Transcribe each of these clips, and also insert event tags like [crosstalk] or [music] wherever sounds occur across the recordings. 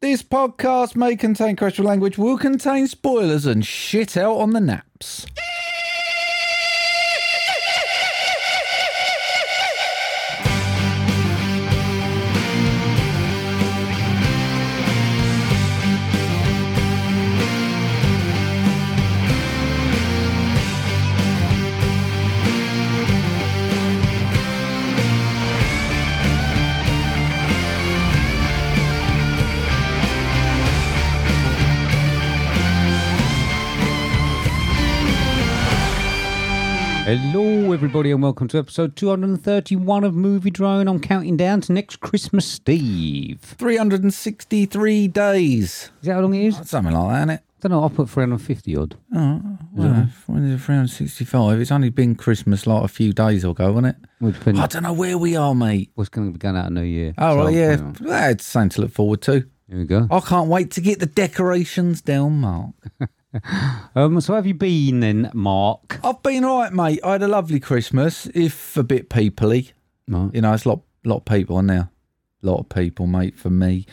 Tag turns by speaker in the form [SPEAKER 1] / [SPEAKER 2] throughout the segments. [SPEAKER 1] This podcast may contain questionable language, will contain spoilers and shit out on the naps.
[SPEAKER 2] Hello, everybody, and welcome to episode 231 of Movie Drone. I'm counting down to next Christmas Eve.
[SPEAKER 1] 363 days.
[SPEAKER 2] Is that how long it is? I
[SPEAKER 1] Something like that, isn't it?
[SPEAKER 2] don't know. I put 350 odd.
[SPEAKER 1] Well, when is it 365? It's only been Christmas like a few days ago, hasn't it?
[SPEAKER 2] Well, depending
[SPEAKER 1] I don't know where we are, mate.
[SPEAKER 2] what's going to be going out of New Year.
[SPEAKER 1] Oh,
[SPEAKER 2] So,
[SPEAKER 1] right, yeah.
[SPEAKER 2] hang on.
[SPEAKER 1] That's something to look forward to.
[SPEAKER 2] Here we go.
[SPEAKER 1] I can't wait to get the decorations down, Mark.
[SPEAKER 2] Um, so, how have you been then, Mark?
[SPEAKER 1] I've been all right, mate. I had a lovely Christmas, if a bit peoply.
[SPEAKER 2] Right.
[SPEAKER 1] You know, it's a lot, lot of people in there. lot of people, mate, for me.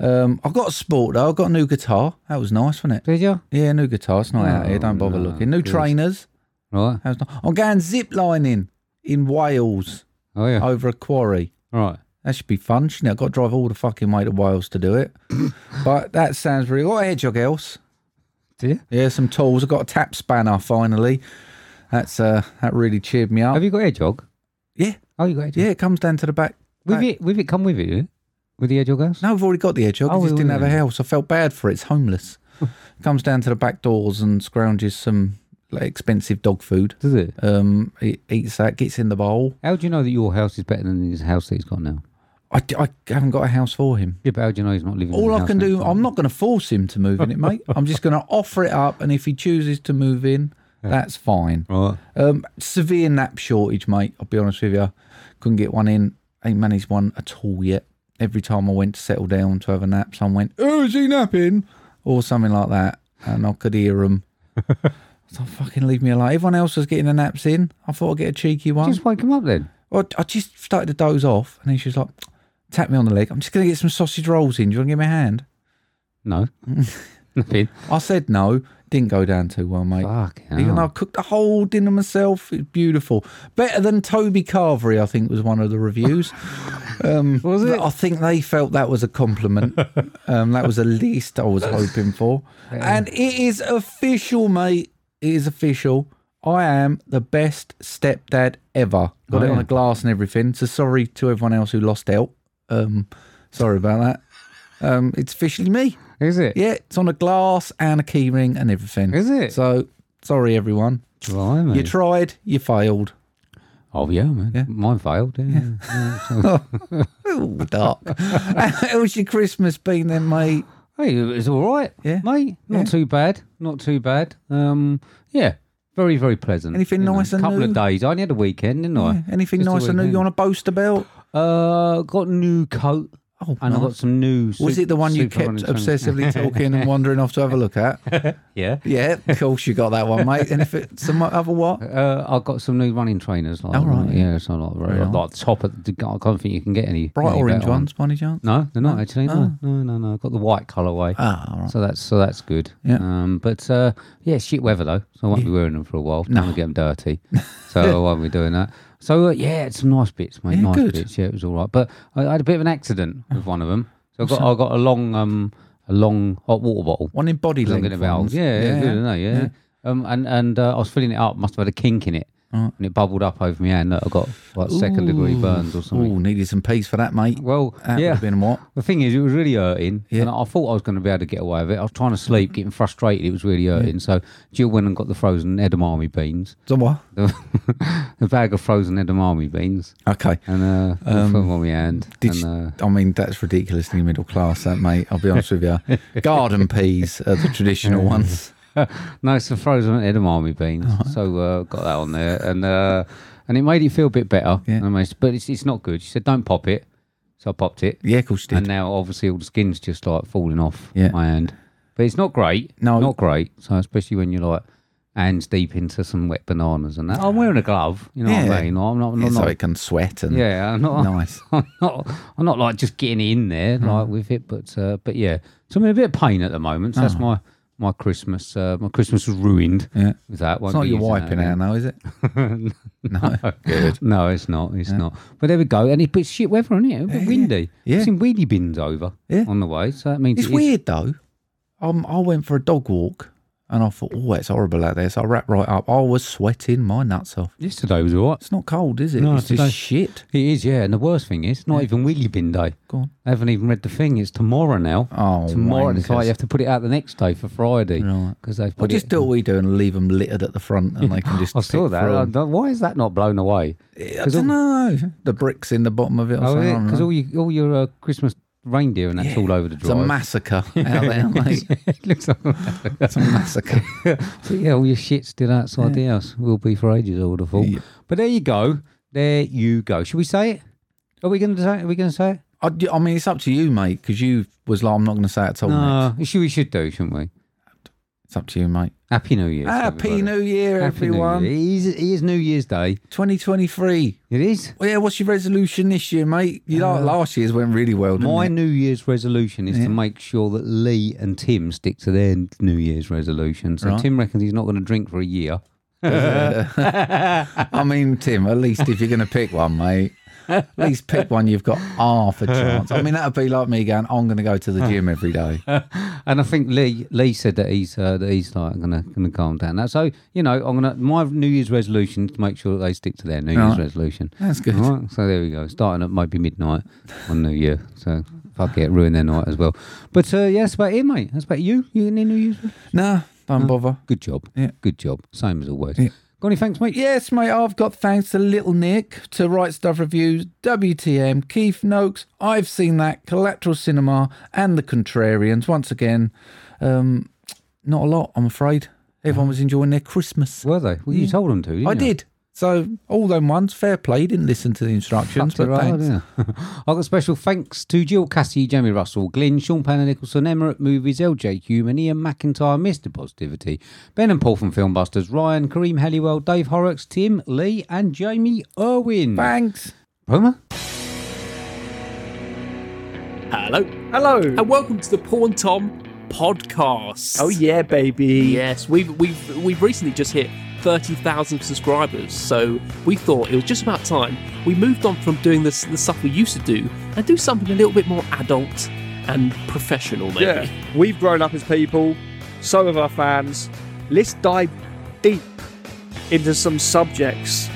[SPEAKER 1] Um, I've got a sport, though. I've got a new guitar. That was nice, wasn't it?
[SPEAKER 2] Did you?
[SPEAKER 1] Yeah, new guitar. It's not out here. Don't bother
[SPEAKER 2] Oh, no,
[SPEAKER 1] looking. New
[SPEAKER 2] of course.
[SPEAKER 1] trainers.
[SPEAKER 2] Right.
[SPEAKER 1] That was nice. I'm going zip lining in
[SPEAKER 2] [laughs]
[SPEAKER 1] Wales
[SPEAKER 2] Oh, yeah.
[SPEAKER 1] over a quarry.
[SPEAKER 2] All right.
[SPEAKER 1] That should be fun, shouldn't it? I've got to drive all the fucking way to Wales to do
[SPEAKER 2] [coughs]
[SPEAKER 1] it. but that sounds really... What a hedgehog else?
[SPEAKER 2] Did you?
[SPEAKER 1] Yeah, some tools. I've got a tap spanner, finally. That's uh, That really cheered me up.
[SPEAKER 2] Have you got Hedgehog?
[SPEAKER 1] Yeah,
[SPEAKER 2] Oh, you got Hedgehog?
[SPEAKER 1] yeah, it comes down to the back.
[SPEAKER 2] With
[SPEAKER 1] back-
[SPEAKER 2] it, with it come with you? With the Hedgehog house?
[SPEAKER 1] No, I've already got the hedgehog.
[SPEAKER 2] Oh,
[SPEAKER 1] I just didn't
[SPEAKER 2] yeah.
[SPEAKER 1] have a house. I felt bad for it. It's homeless. comes down to the back doors and scrounges some like, expensive dog food.
[SPEAKER 2] Does it?
[SPEAKER 1] Um, it eats that, gets in the bowl.
[SPEAKER 2] How do you know that your house is better than his house that he's got now?
[SPEAKER 1] I, d- I haven't got a house for him.
[SPEAKER 2] Yeah, but how do you know he's not living in
[SPEAKER 1] All
[SPEAKER 2] his
[SPEAKER 1] I
[SPEAKER 2] house
[SPEAKER 1] can
[SPEAKER 2] next
[SPEAKER 1] do,
[SPEAKER 2] door?
[SPEAKER 1] I'm not going to force him to move in it, mate. I'm just going to offer it up, and if he chooses to move in, that's fine.
[SPEAKER 2] Right.
[SPEAKER 1] Um, severe nap shortage, mate. I'll be honest with you. Couldn't get one in. Ain't managed one at all yet. Every time I went to settle down to have a nap, someone went, "Oh, is he napping?" or something like that, and I could hear them. so fucking leave me alone. Everyone else was getting their naps in. I thought I'd get a cheeky one.
[SPEAKER 2] Just wake him up then.
[SPEAKER 1] Well, I just started to doze off, and then she was like, "Tap me on the leg. I'm just gonna get some sausage rolls in. Do you want to give me a hand?"
[SPEAKER 2] [laughs] No. Nothing.
[SPEAKER 1] I said no. Didn't go down too well, mate.
[SPEAKER 2] Fuck.
[SPEAKER 1] Even though I cooked the whole dinner myself, it's beautiful. Better than Toby Carvery, I think, was one of the
[SPEAKER 2] [laughs]
[SPEAKER 1] reviews. um,
[SPEAKER 2] Was it?
[SPEAKER 1] I think they felt that was a
[SPEAKER 2] [laughs]
[SPEAKER 1] compliment. um, that was the least I was hoping for. And it is official, mate. It is official. I am the best stepdad ever. Got
[SPEAKER 2] Oh,
[SPEAKER 1] it on
[SPEAKER 2] yeah.
[SPEAKER 1] a glass and everything. So sorry to everyone else who lost out. Um, sorry about that. Um, it's officially me.
[SPEAKER 2] Is it?
[SPEAKER 1] Yeah, it's on a glass and a keyring and everything.
[SPEAKER 2] Is it?
[SPEAKER 1] So sorry, everyone.
[SPEAKER 2] Blimey.
[SPEAKER 1] You tried, you failed.
[SPEAKER 2] oh yeah, man. Mine failed. Yeah.
[SPEAKER 1] Ooh,
[SPEAKER 2] [laughs]
[SPEAKER 1] dark. [laughs] How's your Christmas been then, mate?
[SPEAKER 2] Hey, it's all right,
[SPEAKER 1] Yeah.
[SPEAKER 2] mate. Not
[SPEAKER 1] Yeah.
[SPEAKER 2] too bad. Not too bad. Um, yeah, very very pleasant.
[SPEAKER 1] Anything nice
[SPEAKER 2] A
[SPEAKER 1] and
[SPEAKER 2] couple of
[SPEAKER 1] new?
[SPEAKER 2] days. I only had a weekend, didn't I?
[SPEAKER 1] Anything
[SPEAKER 2] Just a
[SPEAKER 1] nice and new you
[SPEAKER 2] weekend.
[SPEAKER 1] want to boast about?
[SPEAKER 2] Uh, got a new coat.
[SPEAKER 1] Oh,
[SPEAKER 2] And
[SPEAKER 1] nice.
[SPEAKER 2] I got some new.
[SPEAKER 1] Was
[SPEAKER 2] sup-
[SPEAKER 1] it the one you
[SPEAKER 2] super
[SPEAKER 1] kept
[SPEAKER 2] running trainers. [laughs]
[SPEAKER 1] obsessively talking and wandering off to have a look at?
[SPEAKER 2] Yeah.
[SPEAKER 1] Yeah, of course you got that one, mate. And if it's some other what?
[SPEAKER 2] Uh, I got some new running trainers. Like,
[SPEAKER 1] Oh, right,
[SPEAKER 2] yeah, so like, right, like top. At the, I don't think you can get any
[SPEAKER 1] Bright
[SPEAKER 2] any
[SPEAKER 1] orange
[SPEAKER 2] better
[SPEAKER 1] ones,
[SPEAKER 2] ones.
[SPEAKER 1] Oh. by any chance?
[SPEAKER 2] No, they're not actually. No, no, no, no. I've got the white colourway.
[SPEAKER 1] Ah, all right.
[SPEAKER 2] So that's so that's good.
[SPEAKER 1] Yeah.
[SPEAKER 2] Um, but uh, yeah, shit weather though, so I won't be wearing them for a while. No. Don't get
[SPEAKER 1] [laughs]
[SPEAKER 2] them dirty, so I won't be doing that. So uh, yeah, it's some nice bits, mate.
[SPEAKER 1] Yeah,
[SPEAKER 2] nice
[SPEAKER 1] good.
[SPEAKER 2] bits. Yeah, it was all right. But I, I had a bit of an accident with one of them. So I got I got a long um a long hot water bottle.
[SPEAKER 1] One in body
[SPEAKER 2] Long
[SPEAKER 1] length.
[SPEAKER 2] in the valves.
[SPEAKER 1] ones.
[SPEAKER 2] Yeah, yeah, good, I know, yeah. Um, and and uh, I was filling it up. Must have had a kink in it, and it bubbled up over my hand. Look, I got like second degree burns or something.
[SPEAKER 1] Ooh, needed some peas for that, mate.
[SPEAKER 2] Well,
[SPEAKER 1] That would
[SPEAKER 2] yeah.
[SPEAKER 1] have been what?
[SPEAKER 2] The thing is, it was really hurting,
[SPEAKER 1] Yeah. Mm-hmm.
[SPEAKER 2] and I thought I was going to be able to get away with it. I was trying to sleep, getting frustrated. It was really hurting. So Jill went and got the frozen edamame beans,
[SPEAKER 1] Some what?
[SPEAKER 2] the, the bag of frozen edamame beans,
[SPEAKER 1] Okay.
[SPEAKER 2] and uh, put them on my hand.
[SPEAKER 1] Um, Did
[SPEAKER 2] and, uh,
[SPEAKER 1] you, I mean, that's ridiculously middle class, that mate. I'll be honest with
[SPEAKER 2] [laughs]
[SPEAKER 1] you. Garden peas are the traditional ones.
[SPEAKER 2] no, it's the frozen edamame beans. So uh, got that on there, and uh, and it made it feel a bit better.
[SPEAKER 1] Yeah.
[SPEAKER 2] And I managed- but it's, it's not good. She said, "Don't pop it," so I popped it,
[SPEAKER 1] Yeah, of course you did.
[SPEAKER 2] and now obviously all the skin's just like falling off
[SPEAKER 1] Yeah.
[SPEAKER 2] my hand. But it's not great.
[SPEAKER 1] No.
[SPEAKER 2] not great. So especially when you're like hands deep into some wet bananas and that. I'm wearing a glove, you know what
[SPEAKER 1] Yeah.
[SPEAKER 2] I mean? I'm not, I'm
[SPEAKER 1] Yeah,
[SPEAKER 2] not,
[SPEAKER 1] so it can sweat and
[SPEAKER 2] yeah, I'm not,
[SPEAKER 1] nice.
[SPEAKER 2] [laughs] I'm not, I'm not like just getting in
[SPEAKER 1] Mm.
[SPEAKER 2] there like with it, but uh, but yeah. So I'm in a bit of pain at the moment. So that's
[SPEAKER 1] Oh.
[SPEAKER 2] my my Christmas. Uh, my Christmas was ruined
[SPEAKER 1] Yeah.
[SPEAKER 2] with that.
[SPEAKER 1] It's not you wiping out now, is it? no. Good.
[SPEAKER 2] [laughs] No, it's not. It's not. But there we go. And it's but shit weather, isn't it? A bit windy.
[SPEAKER 1] Yeah.
[SPEAKER 2] I've seen weedy bins over
[SPEAKER 1] Yeah.
[SPEAKER 2] on the way. So that means
[SPEAKER 1] It's
[SPEAKER 2] it is-
[SPEAKER 1] weird though. Um, I went for a dog walk and I thought, oh, it's horrible out there. So I wrapped right up. I was sweating my nuts off.
[SPEAKER 2] Yesterday was all right.
[SPEAKER 1] It's not cold, is it?
[SPEAKER 2] No,
[SPEAKER 1] it's
[SPEAKER 2] today-
[SPEAKER 1] just shit.
[SPEAKER 2] It is, yeah. And the worst thing is, not even Weedy Bin Day.
[SPEAKER 1] Go on.
[SPEAKER 2] I haven't even read the thing. It's tomorrow now.
[SPEAKER 1] Oh,
[SPEAKER 2] tomorrow. and It's like
[SPEAKER 1] wankers.
[SPEAKER 2] you have to put it out the next day for Friday.
[SPEAKER 1] Right.
[SPEAKER 2] Because they've put
[SPEAKER 1] Well, just
[SPEAKER 2] it.
[SPEAKER 1] do what we do and leave them littered at the front, and they can just.
[SPEAKER 2] [laughs] I saw
[SPEAKER 1] pick
[SPEAKER 2] that.
[SPEAKER 1] through
[SPEAKER 2] I
[SPEAKER 1] 'em.
[SPEAKER 2] don't- Why is that not blown away?
[SPEAKER 1] I don't know. The bricks in the bottom of it. Or
[SPEAKER 2] Oh,
[SPEAKER 1] something. I don't
[SPEAKER 2] because
[SPEAKER 1] know.
[SPEAKER 2] all, you, all your uh, Christmas reindeer and that's all over the
[SPEAKER 1] it's a
[SPEAKER 2] drive.
[SPEAKER 1] massacre out there, mate.
[SPEAKER 2] [laughs] it looks like [laughs]
[SPEAKER 1] It's [laughs] a massacre.
[SPEAKER 2] So yeah, all your shit still outside the house. Will be for ages, I would have thought.
[SPEAKER 1] Yeah.
[SPEAKER 2] But there you go. There you go. Should we say it? Are we going to say it? Are we going to say it?
[SPEAKER 1] I, d- I mean, it's up to you, mate, because you was like, I'm not going to say it at all. mate.
[SPEAKER 2] No. Should, we should do, shouldn't we?
[SPEAKER 1] It's up to you, mate.
[SPEAKER 2] Happy New Year. to
[SPEAKER 1] Happy
[SPEAKER 2] everybody.
[SPEAKER 1] New Year,
[SPEAKER 2] Happy New
[SPEAKER 1] everyone.
[SPEAKER 2] Year. It is, it is New Year's Day.
[SPEAKER 1] 2023.
[SPEAKER 2] It is.
[SPEAKER 1] Well, yeah, what's your resolution this year, mate? You
[SPEAKER 2] Uh,
[SPEAKER 1] know, last year's went really well, didn't
[SPEAKER 2] My
[SPEAKER 1] it?
[SPEAKER 2] New Year's resolution is to make sure that Lee and Tim stick to their New Year's resolution. So
[SPEAKER 1] Right.
[SPEAKER 2] Tim reckons he's not going to drink for a year.
[SPEAKER 1] I mean, Tim, at least if you're going to pick one, mate, at least pick one you've got half a chance. I mean, that'd be like me going, I'm going to go to the gym every day.
[SPEAKER 2] And I think Lee Lee said that he's uh, that he's like gonna gonna calm down. That so you know I'm gonna my New Year's resolution is to make sure that they stick to their New Year's
[SPEAKER 1] Right.
[SPEAKER 2] resolution.
[SPEAKER 1] That's good.
[SPEAKER 2] All right, so there we go. Starting at maybe midnight on New Year. So fuck it, ruin their night as well. But uh, yeah, that's about it, mate. That's about you. You any New Year's?
[SPEAKER 1] Nah, don't bother.
[SPEAKER 2] Good job.
[SPEAKER 1] Yeah.
[SPEAKER 2] Good job. Same as always.
[SPEAKER 1] Yeah.
[SPEAKER 2] Got any thanks, mate?
[SPEAKER 1] Yes, mate, I've got thanks to Little Nick, to Right Stuff Reviews, WTM, Keith Noakes, I've Seen That, Collateral Cinema, and The Contrarians. Once again, um, not a lot, I'm afraid. Everyone was enjoying their Christmas.
[SPEAKER 2] Were they? Well, you told them to. Didn't
[SPEAKER 1] I
[SPEAKER 2] you?
[SPEAKER 1] did. So all them ones, fair play. You didn't listen to the instructions,
[SPEAKER 2] Fucked it
[SPEAKER 1] but
[SPEAKER 2] right up,
[SPEAKER 1] thanks.
[SPEAKER 2] didn't I? [laughs] I've got special thanks to Jill Cassie, Jamie Russell, Glyn, Sean Panner Nicholson, Emirate Movies, LJ Human, Ian McIntyre, Mr. Positivity, Ben and Paul from Filmbusters, Ryan, Kareem Halliwell, Dave Horrocks, Tim, Lee, and Jamie Irwin.
[SPEAKER 1] Thanks.
[SPEAKER 2] Roma?
[SPEAKER 3] Hello,
[SPEAKER 4] Hello.
[SPEAKER 3] and welcome to the Paul and Tom podcast.
[SPEAKER 4] Oh yeah, baby.
[SPEAKER 3] yes, we've we've we've recently just hit thirty thousand subscribers, so we thought it was just about time we moved on from doing this the stuff we used to do and do something a little bit more adult and professional, maybe.
[SPEAKER 4] Yeah. We've grown up as people. So have our fans. Let's dive deep into some subjects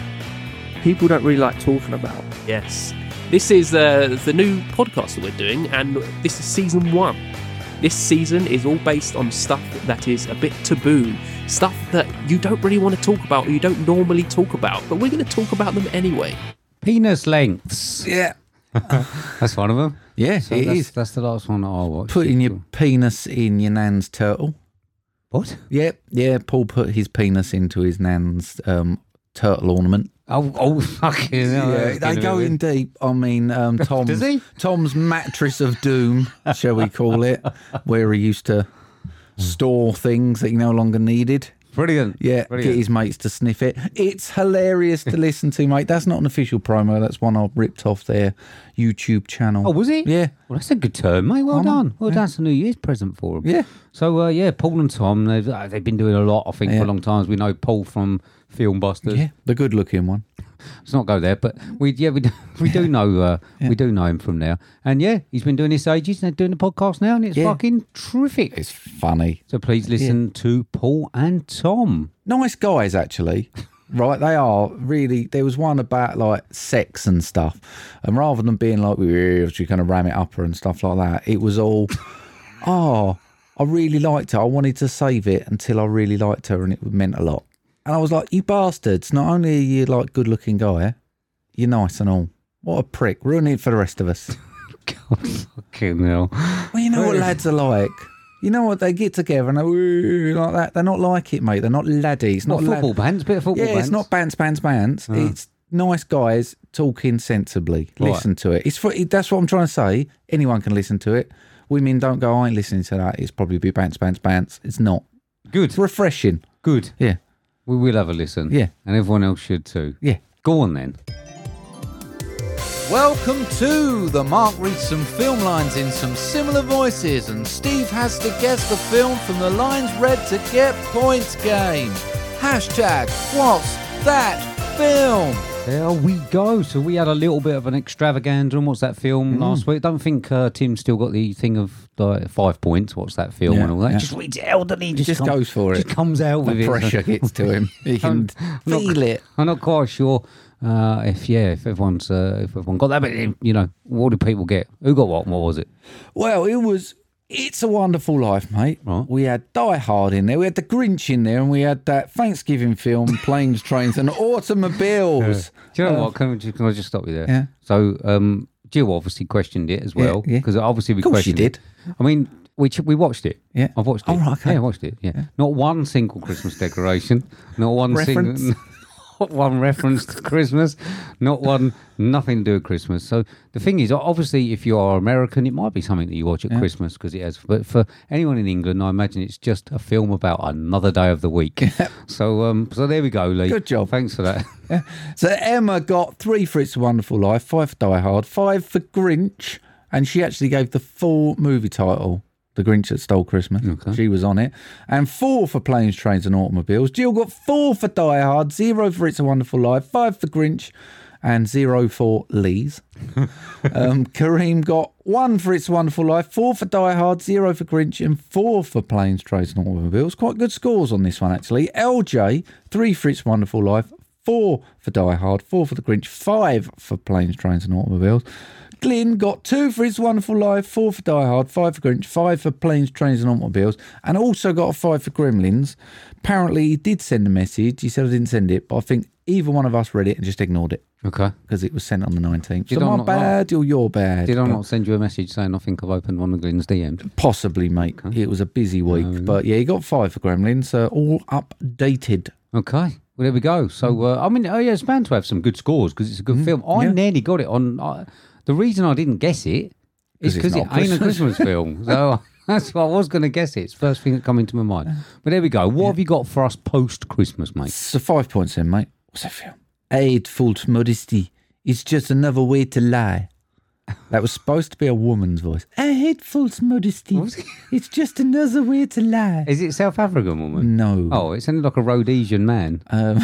[SPEAKER 4] people don't really like talking about.
[SPEAKER 3] Yes. This is uh, the new podcast that we're doing, and this is season one. This season is all based on stuff that is a bit taboo, stuff that you don't really want to talk about or you don't normally talk about, but we're going to talk about them anyway.
[SPEAKER 2] Penis lengths.
[SPEAKER 1] Yeah.
[SPEAKER 2] That's one of them.
[SPEAKER 1] Yes,
[SPEAKER 2] So
[SPEAKER 1] it
[SPEAKER 2] that's,
[SPEAKER 1] is.
[SPEAKER 2] That's the last one that I watched.
[SPEAKER 1] Putting your penis in your nan's turtle.
[SPEAKER 2] What?
[SPEAKER 1] Yep. Yeah. Paul put his penis into his nan's um, turtle ornament.
[SPEAKER 2] Oh, oh [laughs] fucking hell. that's
[SPEAKER 1] they
[SPEAKER 2] gonna
[SPEAKER 1] go
[SPEAKER 2] be-
[SPEAKER 1] in deep. I mean, um, Tom's,
[SPEAKER 2] [laughs] Does he?
[SPEAKER 1] Tom's mattress of doom, shall we call it, where he used to store things that he no longer needed.
[SPEAKER 2] Brilliant.
[SPEAKER 1] Yeah, get
[SPEAKER 2] Brilliant.
[SPEAKER 1] his mates to sniff it. It's hilarious
[SPEAKER 2] [laughs]
[SPEAKER 1] to listen to, mate. That's not an official promo. That's one I ripped off their YouTube channel.
[SPEAKER 2] Oh, was he?
[SPEAKER 1] Yeah.
[SPEAKER 2] Well, that's a good term, mate. Well done. Well, that's a New Year's present for him.
[SPEAKER 1] Yeah.
[SPEAKER 2] So, uh, yeah, Paul and Tom, they've, uh, they've been doing a lot, I think, for
[SPEAKER 1] Yeah.
[SPEAKER 2] a long time. As we know Paul from Filmbusters.
[SPEAKER 1] Yeah, the good-looking one.
[SPEAKER 2] Let's not go there, but we, yeah, we do, [laughs] we do know, uh, we do know him from there. And yeah, he's been doing this ages and they're doing the podcast now, and it's
[SPEAKER 1] Yeah.
[SPEAKER 2] fucking terrific.
[SPEAKER 1] It's funny.
[SPEAKER 2] so please listen to Paul and Tom.
[SPEAKER 1] Nice guys, actually. Right, they are really. There was one about like sex and stuff, and rather than being like we're going to ram it up her and stuff like that, it was all, oh, I really liked her. I wanted to save it until I really liked her, and it meant a lot. And I was like, you bastards! Not only are you like good-looking guy, you're nice and all. What a prick! Ruin it for the rest of us.
[SPEAKER 2] God fucking hell.
[SPEAKER 1] Well, you know what lads are like. You know what? They get together and they, "Ooh," like that. They're not like it, mate. They're not laddie. It's
[SPEAKER 2] Not
[SPEAKER 1] not lad-
[SPEAKER 2] football bands, bit of football
[SPEAKER 1] Yeah,
[SPEAKER 2] bands.
[SPEAKER 1] it's not bands, Ah. bands, bands. It's nice guys talking sensibly. Listen to it. It's for, that's what I'm trying to say. Anyone can listen to it. Women don't go. I ain't listening to that. It's probably be bands, bands, bands. It's not.
[SPEAKER 2] good.
[SPEAKER 1] It's refreshing.
[SPEAKER 2] Good.
[SPEAKER 1] Yeah.
[SPEAKER 2] We will have a listen.
[SPEAKER 1] Yeah.
[SPEAKER 2] And everyone else should too.
[SPEAKER 1] Yeah.
[SPEAKER 2] Go on then.
[SPEAKER 1] Welcome to the Mark reads some film lines in some similar voices, and Steve has to guess the film from the lines read to get points game. Hashtag what's that film?
[SPEAKER 2] There we go. So we had a little bit of an extravaganza on what's that
[SPEAKER 1] Mm.
[SPEAKER 2] film last week. Don't think uh, Tim still got the thing of like five points. What's that film
[SPEAKER 1] Yeah,
[SPEAKER 2] and all that?
[SPEAKER 1] yeah.
[SPEAKER 2] Just reads it out, doesn't he?
[SPEAKER 1] just
[SPEAKER 2] come-
[SPEAKER 1] goes for
[SPEAKER 2] Just
[SPEAKER 1] it.
[SPEAKER 2] comes out with
[SPEAKER 1] The
[SPEAKER 2] it.
[SPEAKER 1] pressure gets to [laughs] him. He can
[SPEAKER 2] not-
[SPEAKER 1] feel it.
[SPEAKER 2] [laughs] I'm not quite sure uh, if yeah, if everyone's uh, if everyone got that, but eh, you know, what did people get? Who got what? and What was it?
[SPEAKER 1] Well, it was. It's a wonderful life, mate.
[SPEAKER 2] Right.
[SPEAKER 1] We had Die Hard in there, we had The Grinch in there, and we had that Thanksgiving film, Planes, Trains, and Automobiles.
[SPEAKER 2] Do you know what? Can, we just- can I just stop you there?
[SPEAKER 1] Uh, Yeah.
[SPEAKER 2] So, um, Jill obviously questioned it as well
[SPEAKER 1] yeah.
[SPEAKER 2] because obviously we
[SPEAKER 1] Of course she
[SPEAKER 2] questioned it. I mean, we ch- we watched it.
[SPEAKER 1] Yeah.
[SPEAKER 2] I've watched it.
[SPEAKER 1] Oh, right, okay.
[SPEAKER 2] Yeah, I watched it. Yeah. Not one single Christmas decoration. Not one
[SPEAKER 1] Reference?
[SPEAKER 2] single. [laughs] Not one reference to Christmas, not one, nothing to do with Christmas. So the thing is, obviously, if you are American, it might be something that you watch at Christmas because it has. But for anyone in England, I imagine it's just a film about another day of
[SPEAKER 1] [laughs]
[SPEAKER 2] the week. so, um, so there we go, Lee.
[SPEAKER 1] Good job.
[SPEAKER 2] Thanks for that. [laughs]
[SPEAKER 1] So Emma got three for It's a Wonderful Life, five for Die Hard, five for Grinch, and she actually gave the full movie title, The Grinch That Stole Christmas. She was on it. And four for Planes, Trains and Automobiles. Jill got four for Die Hard, zero for It's a Wonderful Life, five for Grinch, and zero for Lee's. um, Kareem got one for It's a Wonderful Life, four for Die Hard, zero for Grinch, and four for Planes, Trains, and Automobiles. Quite good scores on this one, actually. LJ, three for It's a Wonderful Life, four for Die Hard, four for The Grinch, five for Planes, Trains, and Automobiles. Glyn got two for It's a Wonderful Life, four for Die Hard, five for Grinch, five for Planes, Trains, and Automobiles, and also got a five for Gremlins. Apparently, he did send a message. He said I didn't send it, but I think either one of us read it and just ignored it
[SPEAKER 2] okay.
[SPEAKER 1] because it was sent on the 19th.
[SPEAKER 2] Did
[SPEAKER 1] so
[SPEAKER 2] I
[SPEAKER 1] my
[SPEAKER 2] not
[SPEAKER 1] bad or your bad?
[SPEAKER 2] Did I
[SPEAKER 1] But
[SPEAKER 2] not send you a message saying I think I've opened one of Glenn's DMs?
[SPEAKER 1] Possibly, mate. It was a busy week. But yeah, he got five for Gremlins, so all updated.
[SPEAKER 2] Okay. Well, there we go. So, uh, I mean, oh, yeah, it's bound to have some good scores because it's a good film. I nearly got it on. I the reason I didn't guess it is
[SPEAKER 1] 'Cause it's
[SPEAKER 2] because it
[SPEAKER 1] not
[SPEAKER 2] ain't a Christmas film. So [laughs] that's why I was going to guess it. It's the first thing that come into my mind. But there we go. What have you got for us post Christmas, mate?
[SPEAKER 1] So five points in, mate. What's that film? Aid false modesty. It's just another way to lie. That was supposed to be a woman's voice. I hate false modesty. It's just another way to lie.
[SPEAKER 2] Is it South African woman?
[SPEAKER 1] No.
[SPEAKER 2] [laughs] Oh, it sounded like a Rhodesian man.
[SPEAKER 1] Mm. Um,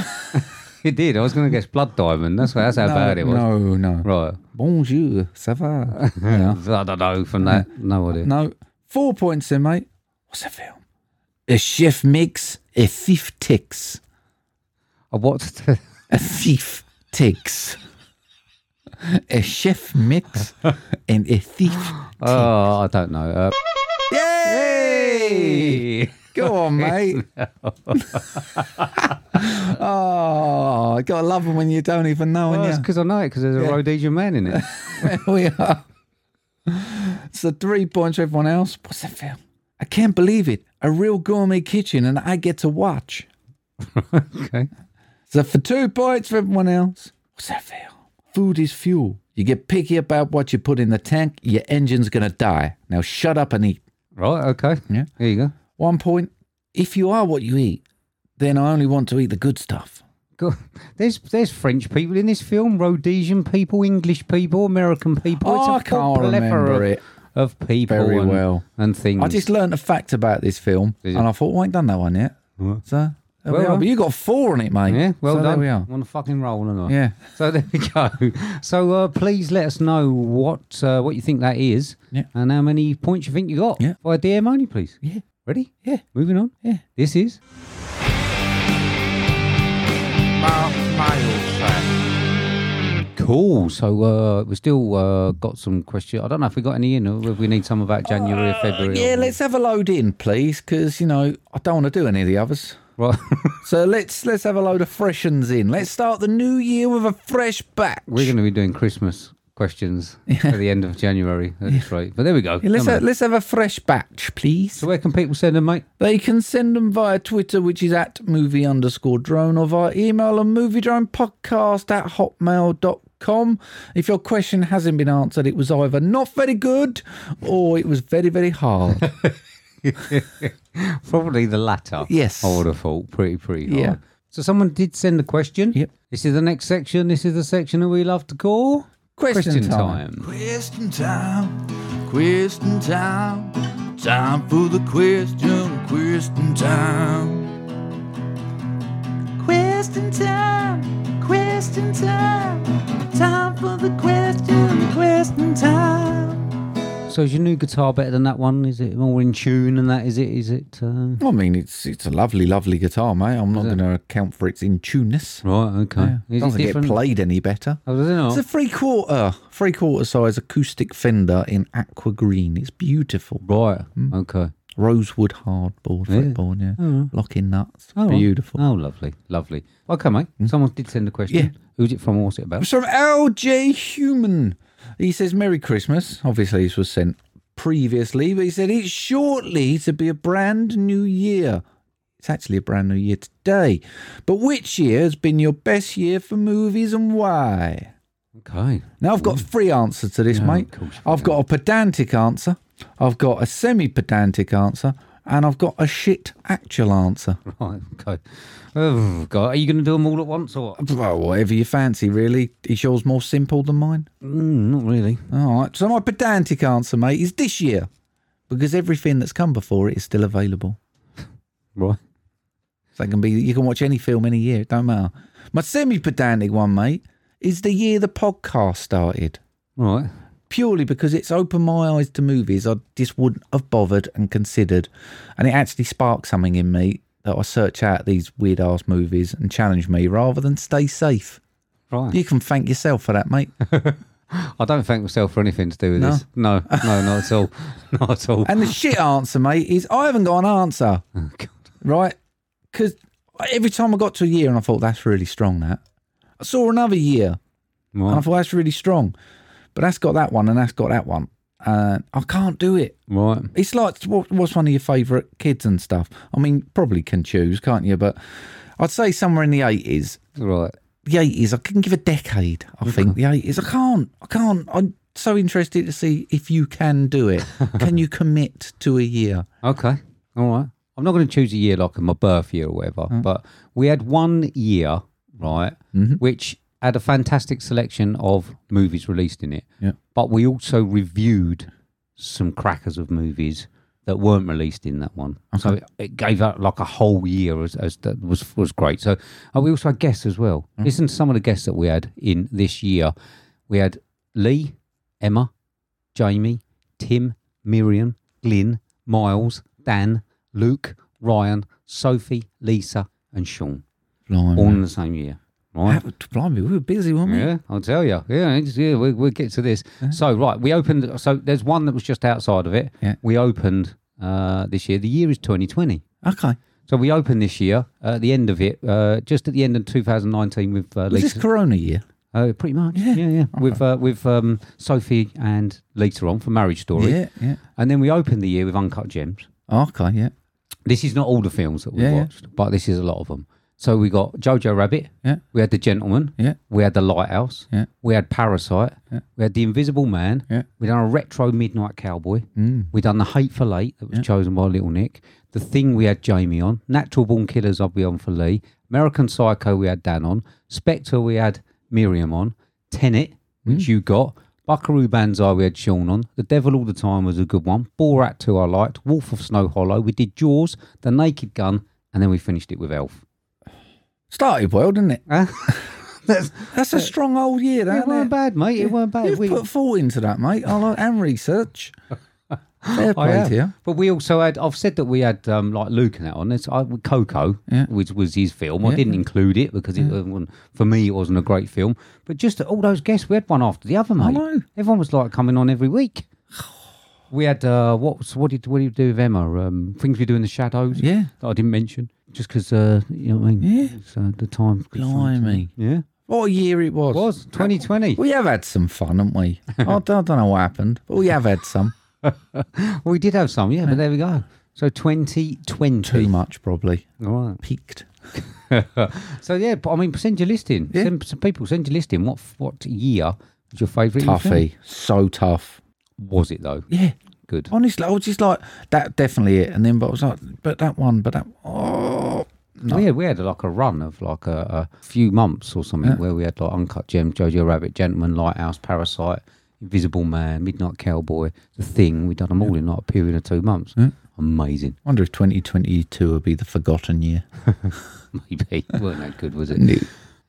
[SPEAKER 2] [laughs] It did. I was going to guess Blood Diamond. That's, that's how
[SPEAKER 1] no,
[SPEAKER 2] bad it was.
[SPEAKER 1] No, no.
[SPEAKER 2] Right.
[SPEAKER 1] Bonjour, ça va? You know.
[SPEAKER 2] I don't know from that. No idea.
[SPEAKER 1] No. Four points in, mate. What's that film? A chef makes, a thief takes.
[SPEAKER 2] I watched. The,
[SPEAKER 1] A thief takes. A chef makes, and a thief
[SPEAKER 2] oh, I don't know. Uh,
[SPEAKER 1] Yay! Go on, mate. oh, gotta love them when you don't even know,
[SPEAKER 2] Well,
[SPEAKER 1] and
[SPEAKER 2] it's
[SPEAKER 1] you.
[SPEAKER 2] because I know it because there's a Rhodesian man
[SPEAKER 1] [laughs]
[SPEAKER 2] in it.
[SPEAKER 1] we are. So three points for everyone else. What's that film? I can't believe it. A real gourmet kitchen, and I get to watch.
[SPEAKER 2] okay.
[SPEAKER 1] So for two points for everyone else. What's that film? Food is fuel. You get picky about what you put in the tank, your engine's gonna die. Now shut up and eat.
[SPEAKER 2] Right. Okay.
[SPEAKER 1] Yeah.
[SPEAKER 2] There you go.
[SPEAKER 1] One point. If you are what you eat, then I only want to eat the good stuff.
[SPEAKER 2] Go- There's there's French people in this film, Rhodesian people, English people, American people.
[SPEAKER 1] Oh, I
[SPEAKER 2] it's a full
[SPEAKER 1] can't remember
[SPEAKER 2] plethora
[SPEAKER 1] it
[SPEAKER 2] of, of people
[SPEAKER 1] very
[SPEAKER 2] and,
[SPEAKER 1] well.
[SPEAKER 2] and things.
[SPEAKER 1] I just learnt a fact about this film,
[SPEAKER 2] Did you?
[SPEAKER 1] and I thought, well, I ain't done that one yet. So, there we
[SPEAKER 2] Well
[SPEAKER 1] are.
[SPEAKER 2] done.
[SPEAKER 1] but you got four on it, mate.
[SPEAKER 2] yeah, well
[SPEAKER 1] so There
[SPEAKER 2] done.
[SPEAKER 1] we are.
[SPEAKER 2] I'm on a fucking roll, and I?
[SPEAKER 1] Yeah.
[SPEAKER 2] So [laughs] there we go. So uh, please let us know what uh, what you think that is,
[SPEAKER 1] Yeah.
[SPEAKER 2] and how many points you think you got
[SPEAKER 1] Yeah.
[SPEAKER 2] by DM only, please.
[SPEAKER 1] Yeah.
[SPEAKER 2] Ready?
[SPEAKER 1] Yeah.
[SPEAKER 2] Moving on.
[SPEAKER 1] Yeah.
[SPEAKER 2] This is Cool. So uh, we still uh, got some questions. I don't know if we got any in. Or if we need some about January or February.
[SPEAKER 1] Uh, Yeah,
[SPEAKER 2] or-
[SPEAKER 1] let's have a load in, please, because you know I don't want to do any of the others.
[SPEAKER 2] [laughs] Right.
[SPEAKER 1] So let's let's have a load of fresh uns in. Let's start the new year with a fresh batch.
[SPEAKER 2] We're going to be doing Christmas questions at the end of January. That's right. But there we go.
[SPEAKER 1] Yeah, let's
[SPEAKER 2] Come
[SPEAKER 1] have,
[SPEAKER 2] on.
[SPEAKER 1] let's have a fresh batch, please.
[SPEAKER 2] So where can people send them, mate?
[SPEAKER 1] They can send them via Twitter, which is at movie underscore drone, or via email on movie drone podcast at hotmail.com. If your question hasn't been answered, it was either not very good or it was very, very
[SPEAKER 2] [laughs]
[SPEAKER 1] hard.
[SPEAKER 2] Probably the latter.
[SPEAKER 1] Yes.
[SPEAKER 2] I would have thought pretty, pretty hard.
[SPEAKER 1] Yeah.
[SPEAKER 2] So someone did send a question.
[SPEAKER 1] Yep.
[SPEAKER 2] This is the next section. This is the section that we love to call
[SPEAKER 1] Question time.
[SPEAKER 5] Question time, question time, time for the question, question time. Question time, question time, time for the question, question time.
[SPEAKER 2] So is your new guitar better than that one? Is it more in tune than that? Is it? Is it? Uh...
[SPEAKER 1] I mean, it's it's a lovely, lovely guitar, mate. I'm not going to account for its in tuneness.
[SPEAKER 2] Right. Okay. Is
[SPEAKER 1] Doesn't
[SPEAKER 2] it
[SPEAKER 1] get
[SPEAKER 2] different? Oh,
[SPEAKER 1] played any better.
[SPEAKER 2] I don't know.
[SPEAKER 1] It's a three quarter, three quarter size acoustic Fender in aqua green. It's beautiful.
[SPEAKER 2] Right.
[SPEAKER 5] Hmm.
[SPEAKER 2] Okay.
[SPEAKER 1] Rosewood hardboard, fretboard, yeah. Locking nuts.
[SPEAKER 2] Oh, right.
[SPEAKER 1] beautiful.
[SPEAKER 2] Oh, lovely, lovely. Okay, mate.
[SPEAKER 5] Hmm.
[SPEAKER 2] Someone did send a question.
[SPEAKER 1] Yeah.
[SPEAKER 2] Who's it from? What's it about?
[SPEAKER 1] It's from LJ Human. He says, Merry Christmas. Obviously, this was sent previously, but he said, It's shortly to be a brand new year. It's actually a brand new year today. But which year has been your best year for movies and why?
[SPEAKER 2] Okay. [laughs]
[SPEAKER 1] Now, I've got three answers to this, mate.
[SPEAKER 2] of course you
[SPEAKER 1] I've got a pedantic answer, I've got a semi pedantic answer, and I've got a shit actual
[SPEAKER 2] [laughs]
[SPEAKER 1] answer.
[SPEAKER 2] Right. Okay. Oh, God. Are you going to do them all at once or what?
[SPEAKER 1] Well, whatever you fancy, really. Is yours more simple than mine?
[SPEAKER 2] Mm, not really.
[SPEAKER 1] All right. So my pedantic answer, mate, is this year, because everything that's come before it is still available.
[SPEAKER 2] Right.
[SPEAKER 1] So it can be you can watch any film any year. It don't matter. My semi-pedantic one, mate, is the year the podcast started.
[SPEAKER 2] Right.
[SPEAKER 1] Purely because it's opened my eyes to movies I just wouldn't have bothered and considered, and it actually sparked something in me that I search out these weird ass movies and challenge me rather than stay safe.
[SPEAKER 2] Right.
[SPEAKER 1] You can thank yourself for that, mate.
[SPEAKER 2] I don't thank myself for anything to do with
[SPEAKER 1] No?
[SPEAKER 2] this. No, no, not at all. [laughs] Not
[SPEAKER 1] [laughs]
[SPEAKER 2] at all.
[SPEAKER 1] And the shit answer, mate, is I haven't got an answer.
[SPEAKER 2] Oh, God.
[SPEAKER 1] right? Because every time I got to a year and I thought that's really strong, that I saw another year and I
[SPEAKER 2] Right.
[SPEAKER 1] thought that's really strong, but that's got that one and that's got that one, and I can't do it.
[SPEAKER 2] right.
[SPEAKER 1] It's like what, what's one of your favourite kids and stuff. I mean, probably can choose, can't you? But I'd say somewhere in the eighties.
[SPEAKER 2] Right.
[SPEAKER 1] The eighties, I can give a decade. I think the eighties. I can't. I can't. I'm so interested to see if you can do it. can you commit to a year?
[SPEAKER 2] Okay. All right. I'm not going to choose a year like my birth year or whatever, but we had one year, right,
[SPEAKER 1] Mm-hmm.
[SPEAKER 2] which had a fantastic selection of movies released in it.
[SPEAKER 1] Yeah.
[SPEAKER 2] But we also reviewed some crackers of movies that weren't released in that one. So it, it gave out like a whole year as, as that was was great. So uh, we also had guests as well. Listen to some of the guests that we had in this year. We had Lee, Emma, Jamie, Tim, Miriam, Glyn, Miles, Dan, Luke, Ryan, Sophie, Lisa, and Sean.
[SPEAKER 1] Blimey.
[SPEAKER 2] All in the same year. Right?
[SPEAKER 1] That- Blimey, we were busy, weren't we?
[SPEAKER 2] Yeah, I'll tell you. Yeah, it's- yeah we, we'll get to this. So, right, we opened. So, there's one that was just outside of it.
[SPEAKER 1] Yeah.
[SPEAKER 2] We opened uh, this year. The year is 2020.
[SPEAKER 1] Okay.
[SPEAKER 2] So, we opened this year uh, at the end of it, uh, just at the end of 2019 with uh,
[SPEAKER 1] Was this
[SPEAKER 2] Lisa.
[SPEAKER 1] Corona year?
[SPEAKER 2] Uh, pretty much. Yeah, yeah. With, uh, with um, Sophie and Lisa on for Marriage Story.
[SPEAKER 1] Yeah, yeah.
[SPEAKER 2] And then we opened the year with Uncut Gems.
[SPEAKER 1] Okay, yeah.
[SPEAKER 2] This is not all the films that we
[SPEAKER 1] Yeah, yeah.
[SPEAKER 2] watched, but this is a lot of them. So we got Jojo Rabbit.
[SPEAKER 1] Yeah.
[SPEAKER 2] We had The Gentleman.
[SPEAKER 1] Yeah.
[SPEAKER 2] We had The Lighthouse.
[SPEAKER 1] Yeah.
[SPEAKER 2] We had Parasite.
[SPEAKER 1] Yeah.
[SPEAKER 2] We had The Invisible Man.
[SPEAKER 1] Yeah.
[SPEAKER 2] We done a retro Midnight Cowboy.
[SPEAKER 1] Mm.
[SPEAKER 2] We done The Hateful Eight that was chosen by Little Nick. The Thing we had Jamie on. Natural Born Killers I'll be on for Lee. American Psycho we had Dan on. Spectre we had Miriam on. Tenet, which
[SPEAKER 1] Hmm.
[SPEAKER 2] you got. Buckaroo Banzai we had Sean on. The Devil All the Time was a good one. Borat 2 I liked. Wolf of Snow Hollow. We did Jaws, The Naked Gun, and then we finished it with Elf.
[SPEAKER 1] Started well, didn't it?
[SPEAKER 2] [laughs] Huh? That's,
[SPEAKER 1] That's a strong old year,
[SPEAKER 2] it
[SPEAKER 1] that, isn't
[SPEAKER 2] weren't
[SPEAKER 1] it?
[SPEAKER 2] bad, mate. It weren't bad.
[SPEAKER 1] You've
[SPEAKER 2] We-
[SPEAKER 1] put thought into that, mate. I like and [laughs] research. Fair
[SPEAKER 2] I
[SPEAKER 1] play
[SPEAKER 2] am.
[SPEAKER 1] to you.
[SPEAKER 2] But we also had. I've said that we had um, like Luke and that on this. I, Coco,
[SPEAKER 1] Yeah.
[SPEAKER 2] which was his film. I
[SPEAKER 1] Yeah.
[SPEAKER 2] didn't include it because it wasn't, for me it wasn't a great film. But just all those guests, we had one after the other, mate.
[SPEAKER 1] know.
[SPEAKER 2] Everyone was like coming on every week. [sighs] We had uh, what? was- What did what did you do with Emma? Um, things we do in the shadows.
[SPEAKER 1] Yeah.
[SPEAKER 2] that I didn't mention just because uh, you know what I mean.
[SPEAKER 1] Yeah.
[SPEAKER 2] It's, uh, the time.
[SPEAKER 1] Blimey.
[SPEAKER 2] Yeah,
[SPEAKER 1] What a year it was.
[SPEAKER 2] it was 2020.
[SPEAKER 1] We have had some fun, haven't [laughs] we? I don't I don't know what happened, but we have had some.
[SPEAKER 2] Well, we did have some, yeah, but there we go. So
[SPEAKER 1] [laughs]
[SPEAKER 2] 2020.
[SPEAKER 1] Too much, probably.
[SPEAKER 2] All right.
[SPEAKER 1] Peaked.
[SPEAKER 2] so yeah, but I mean, send your list in.
[SPEAKER 1] Yeah.
[SPEAKER 2] Send some people send your list in. What what year was your favourite year film?
[SPEAKER 1] Toughy. So tough.
[SPEAKER 2] Was it though?
[SPEAKER 1] Yeah.
[SPEAKER 2] Good.
[SPEAKER 1] Honestly, I was just like, that definitely it. And then, but I was like, but that one, but that, oh,
[SPEAKER 2] We had we had like a run of like a, a few months or something where we had like Uncut Gem, Jojo Rabbit, Gentleman, Lighthouse, Parasite, Invisible Man, Midnight Cowboy, The Thing. We done them all in like a period of two months. Amazing, [laughs]
[SPEAKER 1] wonder if 2022 will be the forgotten year.
[SPEAKER 2] maybe. weren't that good, was it?
[SPEAKER 1] No.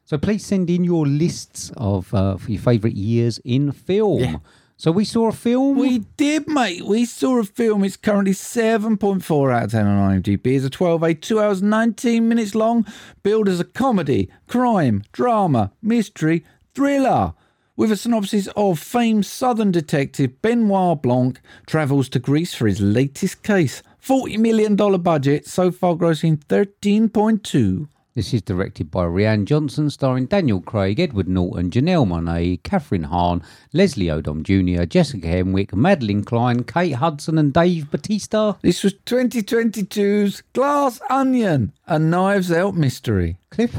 [SPEAKER 2] So please send in your lists of uh, for your favourite years in film. So we saw a film.
[SPEAKER 1] We did, mate. We saw a film. It's currently 7.4 out of 10 on IMDb. It's a 12 a 2 hours, 19 minutes long. Billed as a comedy, crime, drama, mystery, thriller. With a synopsis of famed Southern detective Benoit Blanc travels to Greece for his latest case. $40 million budget, so far grossing 13.2.
[SPEAKER 2] This is directed by Rianne Johnson, starring Daniel Craig, Edward Norton, Janelle Monet, Catherine Hahn, Leslie Odom Jr., Jessica Henwick, Madeline Klein, Kate Hudson, and Dave Batista.
[SPEAKER 1] This was 2022's Glass Onion, a knives out mystery.
[SPEAKER 2] Clip.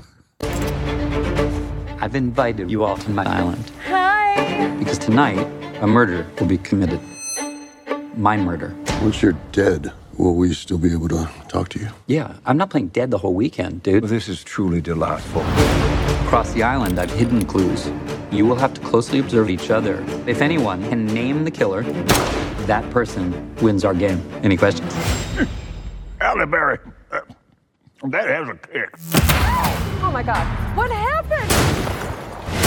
[SPEAKER 6] I've invited you all to my island
[SPEAKER 7] Hi.
[SPEAKER 6] because tonight a murder will be committed. My murder.
[SPEAKER 8] Once you're dead, will we still be able to talk to you?
[SPEAKER 6] Yeah, I'm not playing dead the whole weekend, dude.
[SPEAKER 8] This is truly delightful.
[SPEAKER 6] Across the island, I've hidden clues. You will have to closely observe each other. If anyone can name the killer, that person wins our game. Any questions?
[SPEAKER 9] Halle Berry. uh, That has a kick.
[SPEAKER 7] Oh my God. What happened?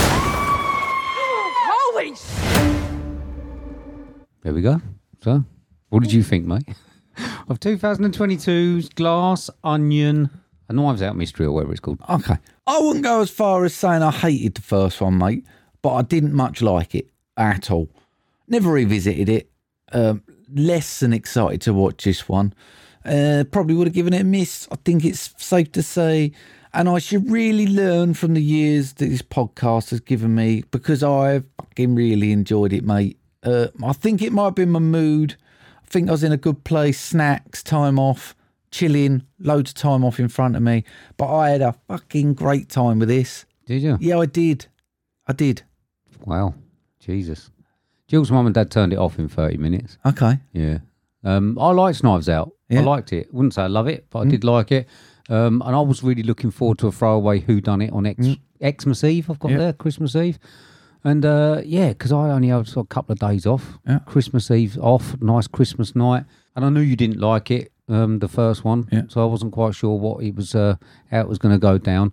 [SPEAKER 7] Holy sh!
[SPEAKER 2] There we go. So, what did you think, mate? [laughs] Of 2022's Glass Onion, a Knives Out mystery, or whatever it's called.
[SPEAKER 1] Okay. I wouldn't go as far as saying I hated the first one, mate, but I didn't much like it at all. Never revisited it. Um, less than excited to watch this one. Uh, probably would have given it a miss. I think it's safe to say. And I should really learn from the years that this podcast has given me because I fucking really enjoyed it, mate. Uh, I think it might have been my mood. I think I was in a good place, snacks, time off, chilling, loads of time off in front of me. But I had a fucking great time with this.
[SPEAKER 2] Did you?
[SPEAKER 1] Yeah, I did. I did.
[SPEAKER 2] Wow. Jesus. Jill's mum and dad turned it off in 30 minutes.
[SPEAKER 1] Okay.
[SPEAKER 2] Yeah. Um, I liked Knives Out.
[SPEAKER 1] Yeah. Mm.
[SPEAKER 2] I liked it. Wouldn't say I love it, but I did like it. Um, and I was really looking forward to a throwaway Who Done It on X
[SPEAKER 1] Mm.
[SPEAKER 2] Xmas Eve. I've got there Christmas Eve, and uh, yeah, because I only had sort of a couple of days off.
[SPEAKER 1] Yeah.
[SPEAKER 2] Christmas Eve off, nice Christmas night, and I knew you didn't like it, um, the first one.
[SPEAKER 1] Yeah.
[SPEAKER 2] So I wasn't quite sure what it was, uh, how it was going to go down.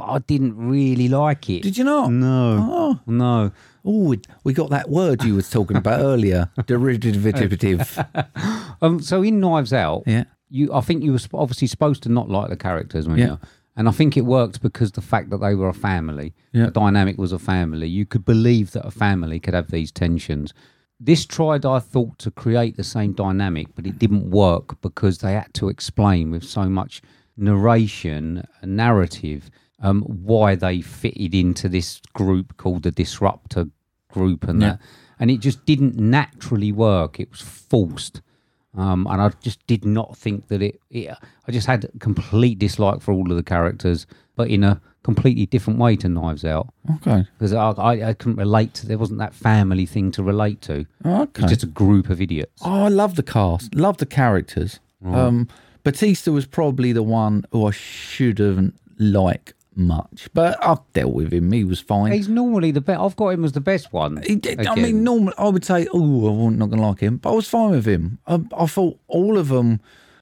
[SPEAKER 2] I didn't really like it.
[SPEAKER 1] Did you not?
[SPEAKER 2] No, no.
[SPEAKER 1] Oh, we, we got that word you was talking [laughs] about earlier. Derivative.
[SPEAKER 2] Um, so in Knives Out,
[SPEAKER 1] Yeah.
[SPEAKER 2] you I think you were sp- obviously supposed to not like the characters, weren't
[SPEAKER 1] Yeah.
[SPEAKER 2] you? And I think it worked because the fact that they were a family,
[SPEAKER 1] Yeah.
[SPEAKER 2] the dynamic was a family. You could believe that a family could have these tensions. This tried, I thought, to create the same dynamic, but it didn't work because they had to explain with so much narration, narrative, um, why they fitted into this group called the Disruptor group and that. And it just didn't naturally work. It was forced. Um, and I just did not think that it, it. I just had complete dislike for all of the characters, but in a completely different way to Knives Out
[SPEAKER 1] Okay.
[SPEAKER 2] because I, I, I couldn't relate. to There wasn't that family thing to relate to.
[SPEAKER 1] Okay.
[SPEAKER 2] It's just a group of idiots.
[SPEAKER 1] Oh, I love the cast. Love the characters. Um, Batista was probably the one who I shouldn't like much, but I've dealt with him. He was fine.
[SPEAKER 2] He's normally the best. I've got him as the best one.
[SPEAKER 1] He did, I
[SPEAKER 2] again.
[SPEAKER 1] mean, normally I would say, oh, I wasn't not going to like him, but I was fine with him. I, I thought all of them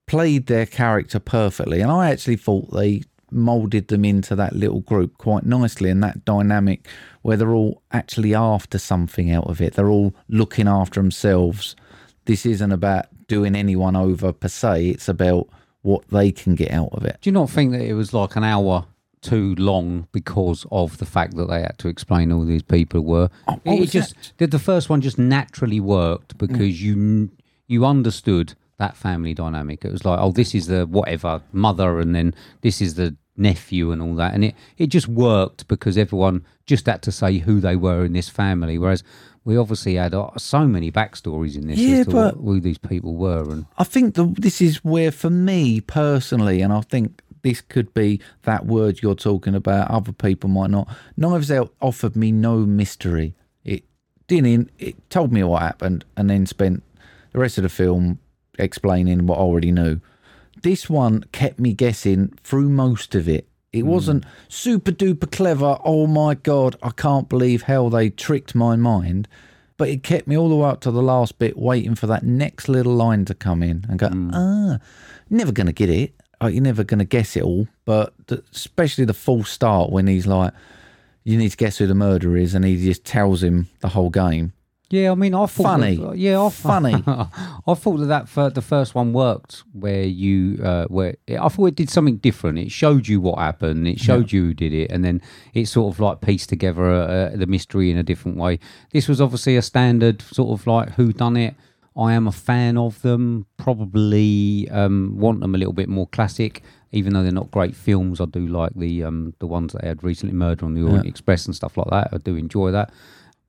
[SPEAKER 1] played their character perfectly, and I actually thought they molded them into that little group quite nicely and that dynamic where they're all actually after something out of it. They're all looking after themselves. This isn't about doing anyone over per se, it's about what they can get out of it.
[SPEAKER 2] Do you not think that it was like an hour too long because of the fact that they had to explain who all these people were?
[SPEAKER 1] Oh, what
[SPEAKER 2] it
[SPEAKER 1] was Mm.
[SPEAKER 2] just did the first one just naturally worked because you kn- you understood that family dynamic. It was like, oh, this is the whatever mother, and then this is the nephew and all that, and it it just worked because everyone just had to say who they were in this family, whereas. We obviously had uh, so many backstories in this
[SPEAKER 1] Yeah,
[SPEAKER 2] as to
[SPEAKER 1] but-
[SPEAKER 2] who these people were, and
[SPEAKER 1] I think the, this is where, for me personally, and I think this could be that word you're talking about. Other people might not. Knives Out offered me no mystery. It didn't. It told me what happened, and then spent the rest of the film explaining what I already knew. this one kept me guessing through most of it.
[SPEAKER 2] Hmm.
[SPEAKER 1] It wasn't super duper clever. Oh my God, I can't believe how they tricked my mind. But it kept me all the way up to the last bit, waiting for that next little line to come in and go,
[SPEAKER 2] Hmm.
[SPEAKER 1] ah, never going to get it. Oh, you're never going to guess it all. But the, especially the full start when he's like, you need to guess who the murderer is. And he just tells him the whole game.
[SPEAKER 2] Yeah, I mean, I thought
[SPEAKER 1] Funny.
[SPEAKER 2] that- Oh, yeah, [laughs] I
[SPEAKER 1] Funny.
[SPEAKER 2] I thought that that fir- the first one worked, where you uh, where I thought it did something different. It showed you what happened, it showed you who did it, and then it sort of like pieced together uh, the mystery in a different way. This was obviously a standard sort of like who done it. I am a fan of them. Probably um, want them a little bit more classic, even though they're not great films. I do like the um, the ones that they had recently, Murder on the Orient Express and stuff like that. I do enjoy that.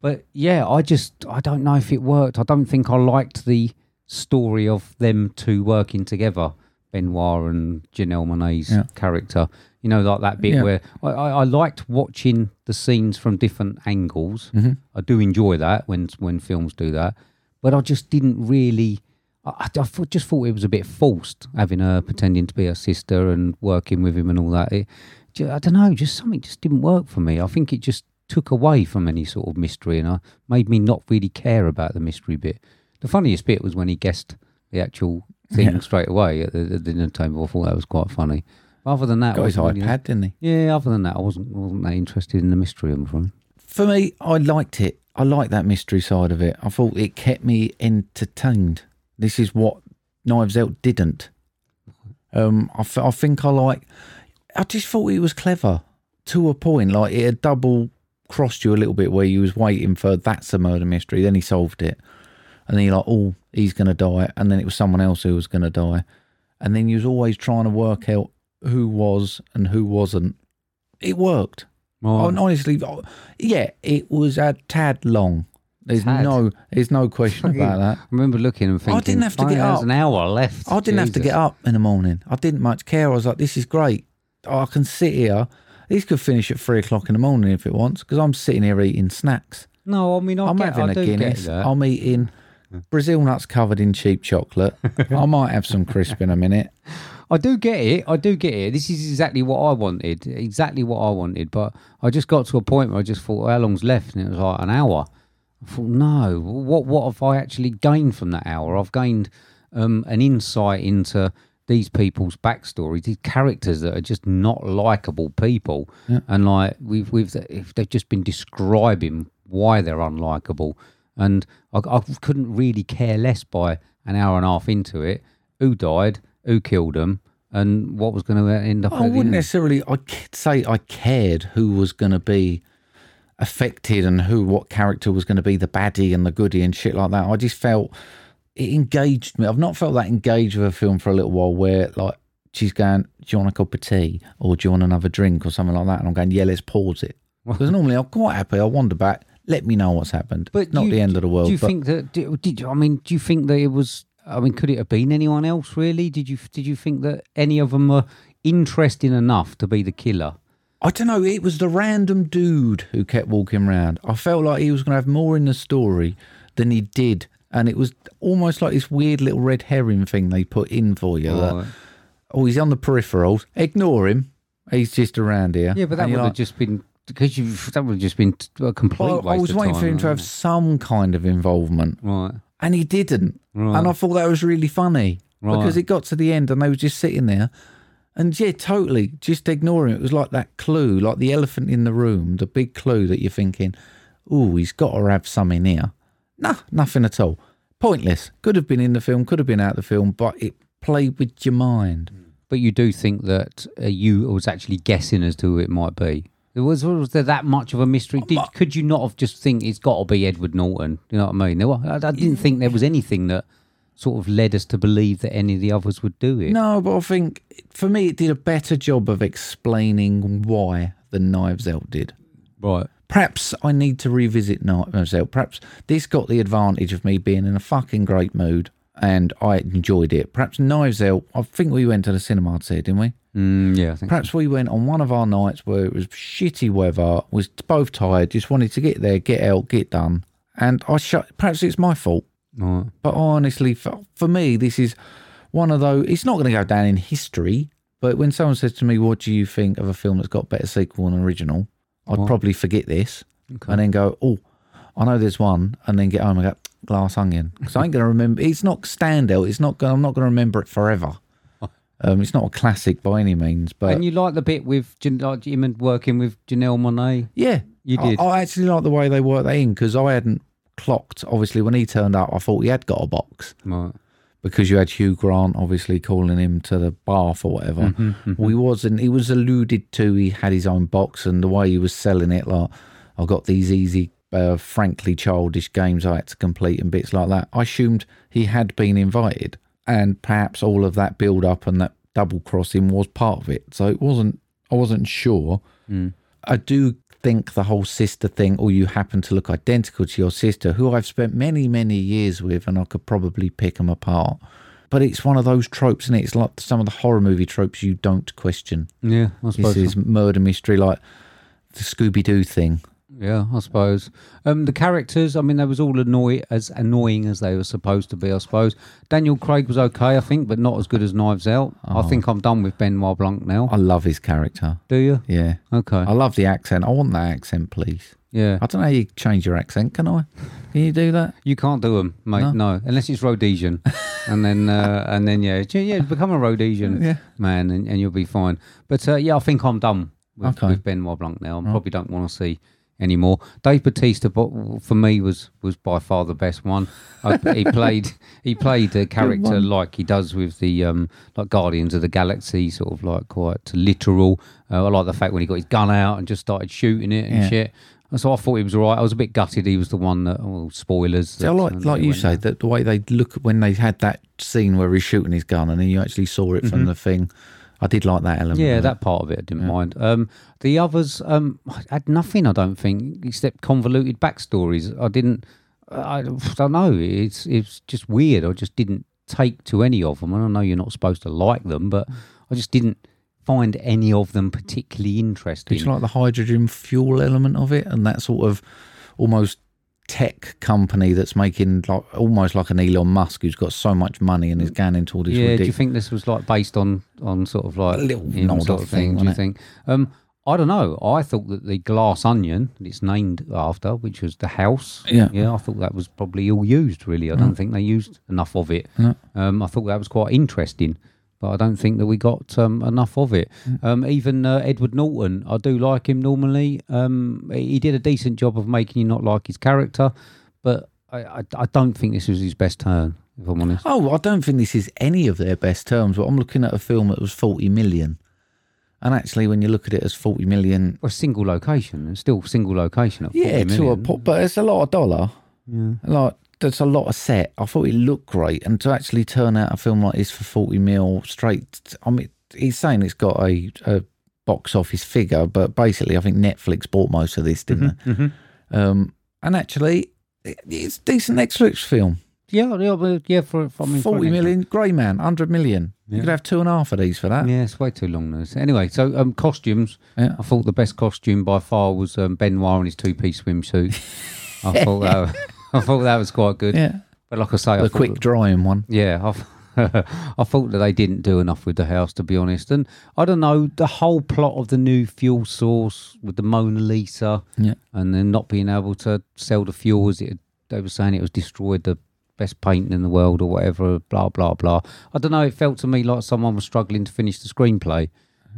[SPEAKER 2] But yeah, I just I don't know if it worked. I don't think I liked the story of them two working together, Benoit and Janelle Monet's character. You know, like that bit
[SPEAKER 1] Yeah.
[SPEAKER 2] where I, I, I liked watching the scenes from different angles. I do enjoy that when when films do that, but I just didn't really. I, I- I thought- just thought it was a bit forced having her pretending to be her sister and working with him and all that. It, ju- I don't know, just something just didn't work for me. I think it just took away from any sort of mystery and I, made me not really care about the mystery bit. The funniest bit was when he guessed the actual thing straight away at the, the dinner table. I thought that was quite funny. Other than that, I
[SPEAKER 1] Got his
[SPEAKER 2] wasn't really-
[SPEAKER 1] iPad, didn't he?
[SPEAKER 2] yeah, other than that, I wasn't wasn't that interested in the mystery. I'm afraid.
[SPEAKER 1] for me, I liked it. I liked that mystery side of it. I thought it kept me entertained. This is what Knives Out didn't. Um, I, th- I think I like. I just thought it was clever to a point. Like it had double crossed you a little bit where you was waiting for that's a murder mystery. Then he solved it, and then you're like, oh, he's gonna die, and then it was someone else who was gonna die, and then you was always trying to work out who was and who wasn't. It worked.
[SPEAKER 2] Right.
[SPEAKER 1] And honestly, oh, yeah, it was a tad long. There's
[SPEAKER 2] Tad.
[SPEAKER 1] no, there's no question about that.
[SPEAKER 2] I remember looking and thinking,
[SPEAKER 1] didn't have to
[SPEAKER 2] "Fine,
[SPEAKER 1] get
[SPEAKER 2] there's
[SPEAKER 1] up.
[SPEAKER 2] an hour left.
[SPEAKER 1] I didn't have to
[SPEAKER 2] Jesus."
[SPEAKER 1] get up in the morning. I didn't much care. I was like, this is great. I can sit here. This could finish at three o'clock in the morning if it wants, because I'm sitting here eating snacks.
[SPEAKER 2] No, I mean, I
[SPEAKER 1] I'm
[SPEAKER 2] get,
[SPEAKER 1] having
[SPEAKER 2] I
[SPEAKER 1] a
[SPEAKER 2] do
[SPEAKER 1] Guinness.
[SPEAKER 2] Get that.
[SPEAKER 1] I'm eating Brazil nuts covered in cheap
[SPEAKER 2] [laughs]
[SPEAKER 1] chocolate. I might have some crisp in a minute.
[SPEAKER 2] I do get it. I do get it. This is exactly what I wanted. Exactly what I wanted. But I just got to a point where I just thought, how long's left? And it was like an hour. I thought, no, what what have I actually gained from that hour? I've gained um, an insight into these people's backstories, these characters that are just not likable people, and like we've we've if they've just been describing why they're unlikable, and I, I couldn't really care less by an hour and a half into it who died, who killed them, and what was going to end up.
[SPEAKER 1] I
[SPEAKER 2] at the
[SPEAKER 1] wouldn't
[SPEAKER 2] end.
[SPEAKER 1] necessarily. I c- say I cared who was going to be affected and who what character was going to be the baddie and the goodie and shit like that. I just felt it engaged me. I've not felt that engaged with a film for a little while where like she's going, "Do you want a cup of tea or do you want another drink or something like that?" And I'm going, "Yeah, let's pause
[SPEAKER 2] [laughs]
[SPEAKER 1] it." Because normally I'm quite happy. I wander back. Let me know what's happened. But not
[SPEAKER 2] you-
[SPEAKER 1] the end of the world.
[SPEAKER 2] Do you
[SPEAKER 1] but
[SPEAKER 2] think that? do- Did you? I mean, do you think that it was? I mean, could it have been anyone else? Really? Did you? Did you think that any of them were interesting enough to be the killer?
[SPEAKER 1] I don't know. It was the random dude who kept walking round. I felt like he was going to have more in the story than he did. And it was almost like this weird little red herring thing they put in for you. that,
[SPEAKER 2] Right.
[SPEAKER 1] oh, he's on the peripherals. Ignore him. He's just around here.
[SPEAKER 2] Yeah, but that
[SPEAKER 1] And
[SPEAKER 2] would
[SPEAKER 1] you're
[SPEAKER 2] have
[SPEAKER 1] like,
[SPEAKER 2] just been because you. That would have just been t- a complete
[SPEAKER 1] well,
[SPEAKER 2] waste.
[SPEAKER 1] I was
[SPEAKER 2] of
[SPEAKER 1] waiting for
[SPEAKER 2] time,
[SPEAKER 1] him to have
[SPEAKER 2] wouldn't
[SPEAKER 1] some kind of involvement.
[SPEAKER 2] it? Right.
[SPEAKER 1] And he didn't.
[SPEAKER 2] Right.
[SPEAKER 1] And I thought that was really funny.
[SPEAKER 2] Right.
[SPEAKER 1] Because it got to the end and they were just sitting there. And yeah, totally. Just ignore him. It was like that clue, like the elephant in the room, the big clue that you're thinking, oh, he's got to have some in here. Nah, nothing at all. Pointless. Could have been in the film, could have been out of the film, but it played with your mind.
[SPEAKER 2] But you do think that uh, you was actually guessing as to who it might be. There was, was there that much of a mystery? Did, could you not have just think it's got to be Edward Norton? You know what I mean? There were, I, I didn't think there was anything that sort of led us to believe that any of the others would do it.
[SPEAKER 1] No, but I think for me, it did a better job of explaining why than Knives Out did.
[SPEAKER 2] Right.
[SPEAKER 1] Perhaps I need to revisit Knives Out. Perhaps this got the advantage of me being in a fucking great mood and I enjoyed it. Perhaps Knives Out, I think we went to the cinema today, didn't we?
[SPEAKER 2] Mm, yeah. I think
[SPEAKER 1] Perhaps we went on one of our nights where it was shitty weather, was both tired, just wanted to get there, get out, get done. And I shut, perhaps it's my fault.
[SPEAKER 2] Right.
[SPEAKER 1] But honestly, for, for me, this is one of those. It's not going to go down in history, but when someone says to me, "What do you think of a film that's got better sequel than original?" I'd probably forget this and then go, "Oh, I know there's one," and then get home and go, "Glass Onion," because I ain't going to remember. It's not standout. It's not. Gonna, I'm not going to remember it forever. Um, it's not a classic by any means, but
[SPEAKER 2] and you like the bit with Jan- like him and working with Janelle Monet.
[SPEAKER 1] yeah,
[SPEAKER 2] You did.
[SPEAKER 1] I, I actually like the way they worked that in because I hadn't clocked. Obviously, when he turned up, I thought he had got a box.
[SPEAKER 2] Right.
[SPEAKER 1] because you had Hugh Grant obviously calling him to the bath or whatever.
[SPEAKER 2] Mm-hmm,
[SPEAKER 1] We wasn't. He was alluded to. He had his own box, and the way he was selling it, like I got these easy, uh, frankly childish games I had to complete and bits like that. I assumed he had been invited, and perhaps all of that build up and that double crossing was part of it. So it wasn't. I wasn't sure. I do think the whole sister thing, or you happen to look identical to your sister, who I've spent many, many years with, and I could probably pick them apart. But it's one of those tropes, and it? it's like some of the horror movie tropes you don't question.
[SPEAKER 2] Yeah, I suppose.
[SPEAKER 1] This is murder mystery, like the Scooby Doo thing.
[SPEAKER 2] Yeah, I suppose. Um, the characters, I mean, they was all annoy as annoying as they were supposed to be. I suppose Daniel Craig was okay, I think, but not as good as Knives Out. I think I'm done with Benoit Blanc now.
[SPEAKER 1] Oh. I love his character.
[SPEAKER 2] Do you?
[SPEAKER 1] Yeah.
[SPEAKER 2] Okay.
[SPEAKER 1] I love the accent. I want that accent, please.
[SPEAKER 2] yeah.
[SPEAKER 1] I don't know how you change your accent, can I? Can you do that?
[SPEAKER 2] you can't do them, mate. No, unless
[SPEAKER 1] [laughs]
[SPEAKER 2] it's Rhodesian, and then uh, and then yeah, yeah, yeah, become a Rhodesian
[SPEAKER 1] Yeah.
[SPEAKER 2] man, and, and you'll be fine. But uh, yeah, I think I'm done with,
[SPEAKER 1] Okay.
[SPEAKER 2] with Benoit Blanc now. I probably don't want to see any more. Dave Batista, bo- for me, was was by far the best one. I,
[SPEAKER 1] [laughs]
[SPEAKER 2] he played he played a character like he does with the um, like Guardians of the Galaxy, sort of like quite literal. Uh, I like the fact when he got his gun out and just started shooting it and
[SPEAKER 1] Yeah.
[SPEAKER 2] shit. So I thought he was all right. I was a bit gutted. He was the one that, well, spoilers.
[SPEAKER 1] See, I
[SPEAKER 2] that,
[SPEAKER 1] like,
[SPEAKER 2] um,
[SPEAKER 1] like
[SPEAKER 2] they
[SPEAKER 1] you
[SPEAKER 2] went
[SPEAKER 1] say,
[SPEAKER 2] there.
[SPEAKER 1] that the way they look when they had that scene where he's shooting his gun and then you actually saw it from the thing. I did like that element.
[SPEAKER 2] Mm-hmm. Yeah,
[SPEAKER 1] of it.
[SPEAKER 2] that part of it I didn't mind. Um, the others um, had nothing, I don't think, except convoluted backstories. I didn't, I don't know. It's it's just weird. I just didn't take to any of them. And I know you're not supposed to like them, but I just didn't find any of them particularly interesting.
[SPEAKER 1] Did you like the hydrogen fuel element of it and that sort of almost tech company that's making like almost like an Elon Musk who's got so much money and is going into all this
[SPEAKER 2] Mm. yeah, do you
[SPEAKER 1] ridiculous.
[SPEAKER 2] think this was like based on on sort of like
[SPEAKER 1] A little
[SPEAKER 2] him
[SPEAKER 1] nod
[SPEAKER 2] sort
[SPEAKER 1] I
[SPEAKER 2] of thing?
[SPEAKER 1] think,
[SPEAKER 2] Do
[SPEAKER 1] wasn't
[SPEAKER 2] you
[SPEAKER 1] it?
[SPEAKER 2] think? Um, I don't know. I thought that the glass onion that it's named after, which was the house,
[SPEAKER 1] Yeah. Mm.
[SPEAKER 2] yeah, I thought that was probably all used. Really, I don't think they used enough of it. Um, I thought that was quite interesting, but I don't think that we got um, enough of it.
[SPEAKER 1] Mm.
[SPEAKER 2] Um, even uh, Edward Norton, I do like him normally. Um, he he did a decent job of making you not like his character, but I, I, I don't think this was his best turn. If I'm honest.
[SPEAKER 1] Oh, I don't think this is any of their best terms, but I'm looking at a film that was 40 million. And actually, when you look at it as 40 million,
[SPEAKER 2] Well, single location. It's still single location. At
[SPEAKER 1] yeah,
[SPEAKER 2] 40
[SPEAKER 1] to a
[SPEAKER 2] million.
[SPEAKER 1] pop, but it's a lot of dollar. Yeah. Like, that's a lot of set. I thought it looked great. And to actually turn out a film like this for 40 mil straight, I mean, he's saying it's got a, a box office figure, but basically, I think Netflix bought most of this, didn't they?
[SPEAKER 2] Mm-hmm,
[SPEAKER 1] Um, and actually, it- it's a decent Netflix film.
[SPEAKER 2] Yeah, yeah, well, yeah. For, for I mean, for an
[SPEAKER 1] Forty
[SPEAKER 2] extra-
[SPEAKER 1] million, Grey Man, 100 million. You could have two and a half of these for that.
[SPEAKER 2] Yeah, it's way too long. This anyway. So um, costumes.
[SPEAKER 1] Yeah.
[SPEAKER 2] I thought the best costume by far was um, Benoit in his two-piece swimsuit.
[SPEAKER 1] [laughs]
[SPEAKER 2] I thought that. [laughs] I thought that was quite good.
[SPEAKER 1] Yeah.
[SPEAKER 2] But like I say, I
[SPEAKER 1] The
[SPEAKER 2] thought
[SPEAKER 1] quick
[SPEAKER 2] that-
[SPEAKER 1] drying one.
[SPEAKER 2] Yeah, I've, [laughs] I thought that they didn't do enough with the house, to be honest. And I don't know, the whole plot of the new fuel source with the Mona Lisa
[SPEAKER 1] Yeah.
[SPEAKER 2] and then not being able to sell the fuel as it, they were saying it was destroyed the best painting in the world or whatever, blah, blah, blah. I don't know, it felt to me like someone was struggling to finish the screenplay,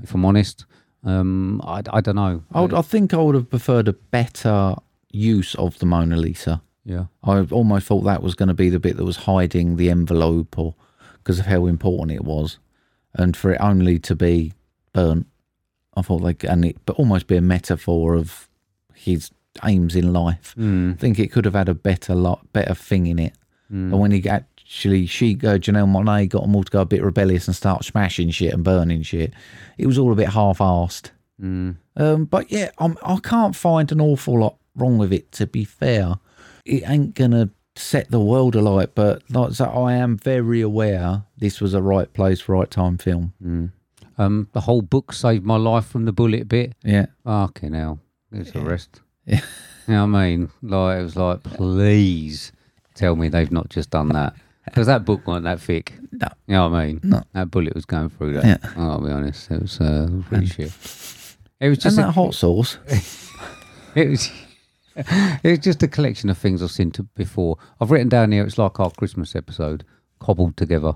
[SPEAKER 2] if I'm honest. Um, I, I don't know.
[SPEAKER 1] I, would, I think I would have preferred a better use of the Mona Lisa.
[SPEAKER 2] yeah.
[SPEAKER 1] I almost thought that was going to be the bit that was hiding the envelope or because of how important it was. And for it only to be burnt, I thought like, and it, but almost be a metaphor of his aims in life. I think it could have had a better lot, better thing in it. And when he actually, she, uh, Janelle Monet got them all to go a bit rebellious and start smashing shit and burning shit. It was all a bit half assed. Um, but yeah, I'm, I can't find an awful lot wrong with it, to be fair it ain't gonna set the world alight, but like so I am very aware this was a right place, right time film.
[SPEAKER 2] Um, the whole book saved my life from the bullet bit.
[SPEAKER 1] Yeah.
[SPEAKER 2] Fucking hell. It's a rest. Yeah. You know what I mean? Like, it was like, please tell me they've not just done that. Because that book wasn't that thick.
[SPEAKER 1] No.
[SPEAKER 2] You know what I mean?
[SPEAKER 1] No.
[SPEAKER 2] That bullet was going through that.
[SPEAKER 1] Yeah.
[SPEAKER 2] I'll be honest. It was uh, pretty shit. It was
[SPEAKER 1] And
[SPEAKER 2] just a,
[SPEAKER 1] that hot [laughs] sauce.
[SPEAKER 2] it was [laughs] it was just a collection of things I've seen to, before. I've written down here it's like our Christmas episode cobbled together.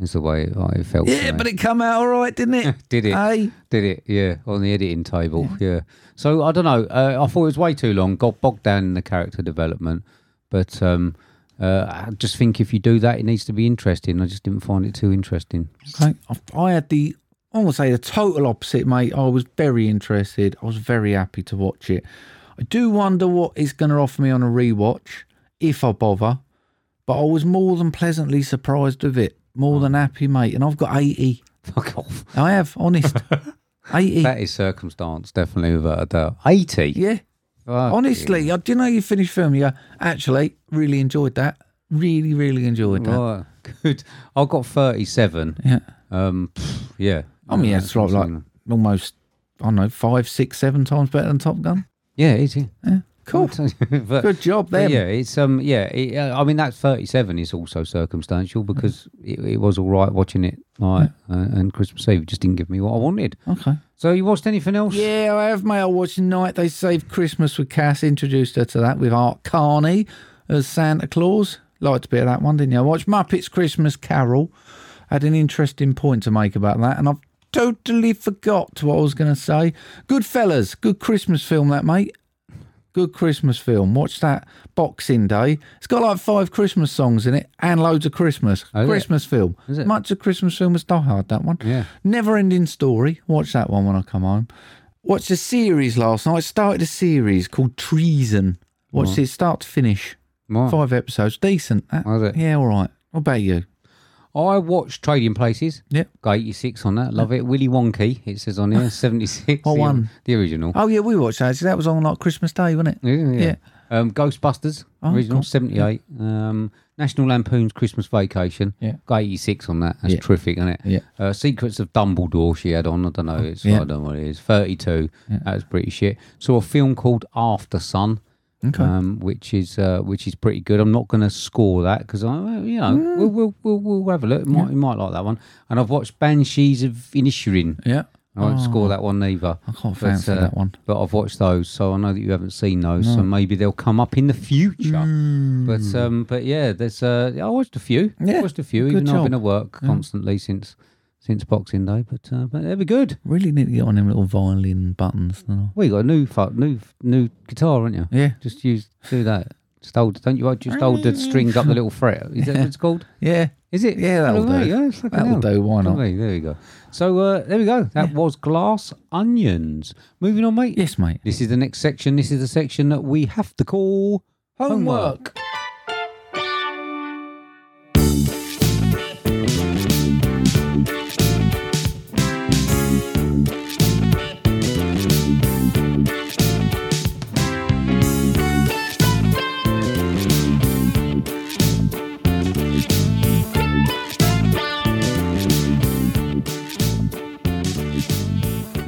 [SPEAKER 2] Is the way I felt. to
[SPEAKER 1] Yeah,
[SPEAKER 2] me.
[SPEAKER 1] but it come out all right, didn't [laughs] it?
[SPEAKER 2] [laughs] Did it?
[SPEAKER 1] Hey,
[SPEAKER 2] Did it? Yeah, on the editing table. Yeah. So I don't know. Uh, I thought it was way too long. Got bogged down in the character development, but um, uh, I just think if you do that, it needs to be interesting. I just didn't find it too interesting. [laughs]
[SPEAKER 1] Okay. I- I had the, I want to say the total opposite, mate. I was very interested. I was very happy to watch it. I do wonder what it's going to offer me on a rewatch, if I bother. But I was more than pleasantly surprised with it. More than happy, mate. And I've got 80.
[SPEAKER 2] Fuck off.
[SPEAKER 1] I have, [laughs] honest. 80.
[SPEAKER 2] That is circumstance, definitely without a doubt. Eighty.
[SPEAKER 1] yeah.
[SPEAKER 2] Fuck
[SPEAKER 1] Honestly, I do you know you finished filming. You go, actually really enjoyed that. Really, really enjoyed that.
[SPEAKER 2] Right. Good. I got thirty-seven.
[SPEAKER 1] Yeah.
[SPEAKER 2] Um. pff, yeah. Uh,
[SPEAKER 1] I mean,
[SPEAKER 2] Yeah,
[SPEAKER 1] yeah, it's like, like almost, I don't know, five, six, seven times better than Top Gun.
[SPEAKER 2] Yeah. It is. Yeah.
[SPEAKER 1] Yeah. Cool.
[SPEAKER 2] [laughs] But-
[SPEAKER 1] Good job
[SPEAKER 2] But
[SPEAKER 1] there.
[SPEAKER 2] yeah, it's um, yeah. It, uh, I mean, that thirty-seven is also circumstantial because it, it was all right watching it like uh, and Christmas Eve just didn't give me what I wanted.
[SPEAKER 1] Okay.
[SPEAKER 2] So you watched anything else?
[SPEAKER 1] Oh. Yeah, I have mail watch night. They saved Christmas with Cass. Introduced her to that with Art Carney as Santa Claus. Liked a bit of that one, didn't you? I watched Muppets Christmas Carol. Had an interesting point to make about that, and I've totally forgot what I was going to say. Goodfellas, good Christmas film, that mate. Good Christmas film. Watch that Boxing Day. It's got like five Christmas songs in it and loads of Christmas.
[SPEAKER 2] Oh, is it?
[SPEAKER 1] Christmas film.
[SPEAKER 2] Is it?
[SPEAKER 1] Much of Christmas film was Die Hard, that one.
[SPEAKER 2] Yeah.
[SPEAKER 1] Never Ending Story. Watch that one when I come home. Watched a series last night. Started a series called Treason. Watched it start to finish.
[SPEAKER 2] Right.
[SPEAKER 1] Five episodes. Decent. That-
[SPEAKER 2] Was it?
[SPEAKER 1] Yeah, all right. What about you?
[SPEAKER 2] I watched Trading Places.
[SPEAKER 1] Yep.
[SPEAKER 2] Got eighty-six on that. Love it. Willy Wonky. It says
[SPEAKER 1] [laughs]
[SPEAKER 2] on here seventy-six.
[SPEAKER 1] What
[SPEAKER 2] the,
[SPEAKER 1] one?
[SPEAKER 2] The original.
[SPEAKER 1] Oh, yeah, we watched that. That was on like Christmas Day, wasn't it?
[SPEAKER 2] Yeah. yeah.
[SPEAKER 1] yeah.
[SPEAKER 2] Um, Ghostbusters,
[SPEAKER 1] Oh,
[SPEAKER 2] original
[SPEAKER 1] cool.
[SPEAKER 2] 78. Um, National Lampoon's Christmas Vacation.
[SPEAKER 1] Yeah.
[SPEAKER 2] Got 86 on that. That's
[SPEAKER 1] Yeah.
[SPEAKER 2] terrific, isn't it?
[SPEAKER 1] Yeah.
[SPEAKER 2] Uh, Secrets of Dumbledore she had on. I don't know. It's,
[SPEAKER 1] Yeah.
[SPEAKER 2] I don't know what it is. 32. That was pretty shit. Saw a film called After Sun.
[SPEAKER 1] Okay.
[SPEAKER 2] Um, which is uh, which is pretty good. I'm not going to score that because I, you know, we'll, we'll we'll we'll have a look. Might you might like that one. And I've watched Banshees of Inisherin.
[SPEAKER 1] Yeah.
[SPEAKER 2] I won't
[SPEAKER 1] Oh.
[SPEAKER 2] score that one either. I
[SPEAKER 1] can't fancy that one.
[SPEAKER 2] But uh, I've watched those, so I know that you haven't seen those, so maybe they'll come up in the future. But um, but yeah, there's uh, I watched a few. I
[SPEAKER 1] Mm. Yeah,
[SPEAKER 2] watched a few,
[SPEAKER 1] good
[SPEAKER 2] even though I've
[SPEAKER 1] job.
[SPEAKER 2] been at work constantly since since Boxing Day. But uh, but they'll be good.
[SPEAKER 1] Really need to get on them little violin buttons. don't I?
[SPEAKER 2] Well, you got a new fu- new new guitar, haven't you?
[SPEAKER 1] Yeah. Mm.
[SPEAKER 2] Just use do that. Just hold, don't you? Just hold the strings up the little fret. Is that what it's called?
[SPEAKER 1] Yeah.
[SPEAKER 2] Is it?
[SPEAKER 1] Yeah, [laughs] that'll
[SPEAKER 2] Well,
[SPEAKER 1] do.
[SPEAKER 2] yeah, it's fucking
[SPEAKER 1] That'll
[SPEAKER 2] hell.
[SPEAKER 1] do, why not?
[SPEAKER 2] Lovely, There we go. So uh, there we go. That was glass onions. Moving on, mate.
[SPEAKER 1] Yes, mate.
[SPEAKER 2] This is the next section. This is the section that we have to call homework.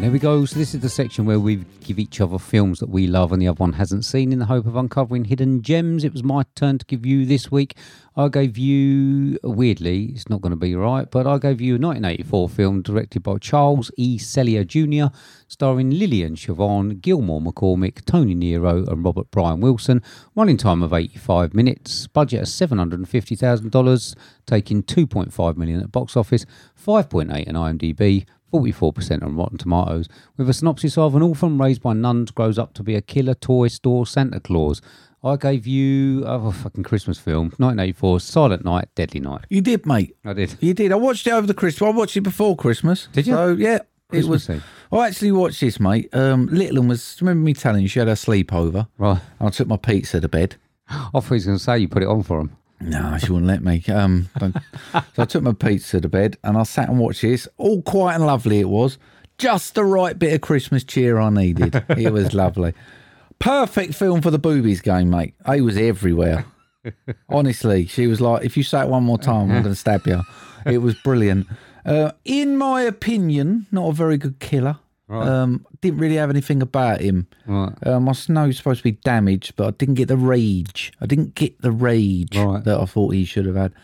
[SPEAKER 2] There we go. So this is the section where we give each other films that we love and the other one hasn't seen in the hope of uncovering hidden gems. It was my turn to give you this week. I gave you weirdly, it's not going to be right, but I gave you a 1984 film directed by Charles E. Sellier Jr., starring Lillian Chavon, Gilmore McCormick, Tony Nero, and Robert Brian Wilson. Running time of 85 minutes. Budget of $750,000, taking 2.5 million at box office, 5.8 on IMDb. 44% on Rotten Tomatoes, with a synopsis of an orphan raised by nuns grows up to be a killer toy store Santa Claus. I gave you oh, a fucking Christmas film, 1984, Silent Night, Deadly Night.
[SPEAKER 1] You did, mate.
[SPEAKER 2] I did. [laughs]
[SPEAKER 1] You did. I watched it over the Christmas. I watched it before Christmas.
[SPEAKER 2] Did you?
[SPEAKER 1] So yeah, it was.
[SPEAKER 2] Christmas
[SPEAKER 1] I actually watched this, mate. Um, Little one was. Remember me telling you she had her sleepover?
[SPEAKER 2] Right.
[SPEAKER 1] And I took my pizza to bed.
[SPEAKER 2] I thought he was going to say you put it on for him.
[SPEAKER 1] No, she wouldn't let me. Um, don't- so I took my pizza to bed and I sat and watched this. All quiet and lovely it was. Just the right bit of Christmas cheer I needed. It
[SPEAKER 2] [laughs]
[SPEAKER 1] was lovely. Perfect film for the boobies game, mate. I was everywhere. Honestly, she was like, if you say it one more time, I'm going to stab you. It was brilliant. Uh, in my opinion, not a very good killer. Um, didn't really have anything about him.
[SPEAKER 2] Right.
[SPEAKER 1] Uh, my snow's supposed to be damaged, but I didn't get the rage. I didn't get the rage
[SPEAKER 2] Right.
[SPEAKER 1] that I thought he should have had.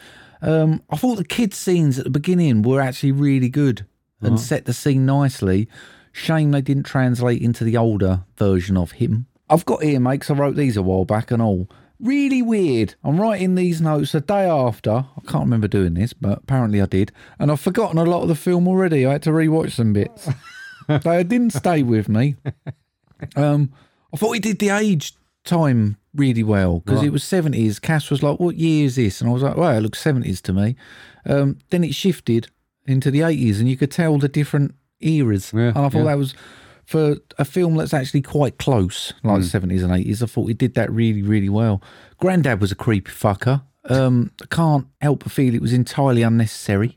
[SPEAKER 1] Um, I thought the kids scenes at the beginning were actually really good and set the scene nicely. Shame they didn't translate into the older version of him. I've got here, mate, 'cause I wrote these a while back and all. Really weird. I'm writing these notes a day after. I can't remember doing this, but apparently I did. And I've forgotten a lot of the film already. I had to rewatch some bits. they didn't stay with me. Um, I thought he did the age time really well because it was 70s. Cass was like, What year is this? And I was like, Well, it looks 70s to me. Um, then it shifted into the 80s and you could tell the different eras.
[SPEAKER 2] Yeah,
[SPEAKER 1] and I thought
[SPEAKER 2] yeah.
[SPEAKER 1] that was for a film that's actually quite close,
[SPEAKER 2] Hmm.
[SPEAKER 1] like 70s and 80s. I thought he did that really, really well. Grandad was a creepy fucker. Um, I can't help but feel it was entirely
[SPEAKER 2] [laughs]
[SPEAKER 1] unnecessary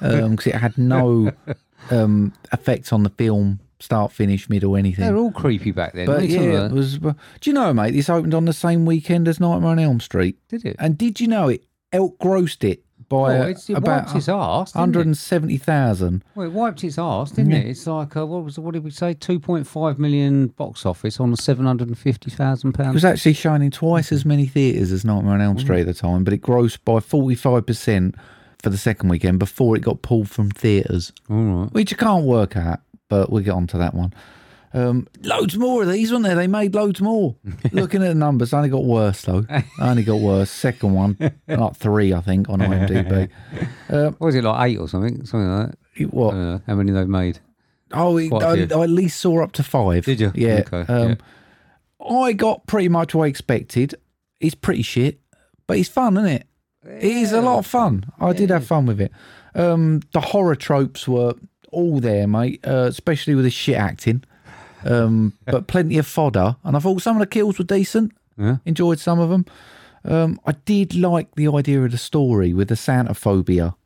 [SPEAKER 1] because it had no um, effect on the film, start, finish, middle, anything.
[SPEAKER 2] They're all creepy back then.
[SPEAKER 1] But
[SPEAKER 2] weren't they?
[SPEAKER 1] yeah, it was. uh, Do you know, mate? This opened on the same weekend as Nightmare on Elm Street.
[SPEAKER 2] Did it?
[SPEAKER 1] And did you know it outgrossed it by
[SPEAKER 2] Well,
[SPEAKER 1] uh,
[SPEAKER 2] Oh, it's, it
[SPEAKER 1] about
[SPEAKER 2] wiped its arse. didn't
[SPEAKER 1] hundred
[SPEAKER 2] it?
[SPEAKER 1] and seventy thousand?
[SPEAKER 2] Well, it wiped its arse, didn't it? It's like uh, what was what did we say? Two point five million box office on seven hundred and fifty thousand
[SPEAKER 1] It was
[SPEAKER 2] pounds.
[SPEAKER 1] actually showing in twice as many theatres as Nightmare on Elm Street at the time, but it grossed by forty five percent for the second weekend before it got pulled from theatres,
[SPEAKER 2] All right.
[SPEAKER 1] which I can't work out. But we'll get on to that one. Um, loads more of these, weren't there? They made loads
[SPEAKER 2] [laughs]
[SPEAKER 1] more. Looking at the numbers, they only got worse though. They only got worse. Second
[SPEAKER 2] [laughs]
[SPEAKER 1] one, not three, I think, on IMDb.
[SPEAKER 2] What was it like eight or something? Something like that.
[SPEAKER 1] It, what?
[SPEAKER 2] I don't know how many they've made.
[SPEAKER 1] oh, it,
[SPEAKER 2] Uh, quite a
[SPEAKER 1] I,
[SPEAKER 2] few.
[SPEAKER 1] I at least saw up to five.
[SPEAKER 2] Did you?
[SPEAKER 1] Yeah.
[SPEAKER 2] Okay,
[SPEAKER 1] um, I got pretty much what I expected. It's pretty shit, but it's fun, isn't it? It is a lot of fun. I did have fun with it. Um, the horror tropes were all there, mate, uh, especially with the shit acting. Um, but plenty of fodder, and I thought some of the kills were decent.
[SPEAKER 2] Yeah.
[SPEAKER 1] Enjoyed some of them. Um, I did like the idea of the story with the Santa phobia.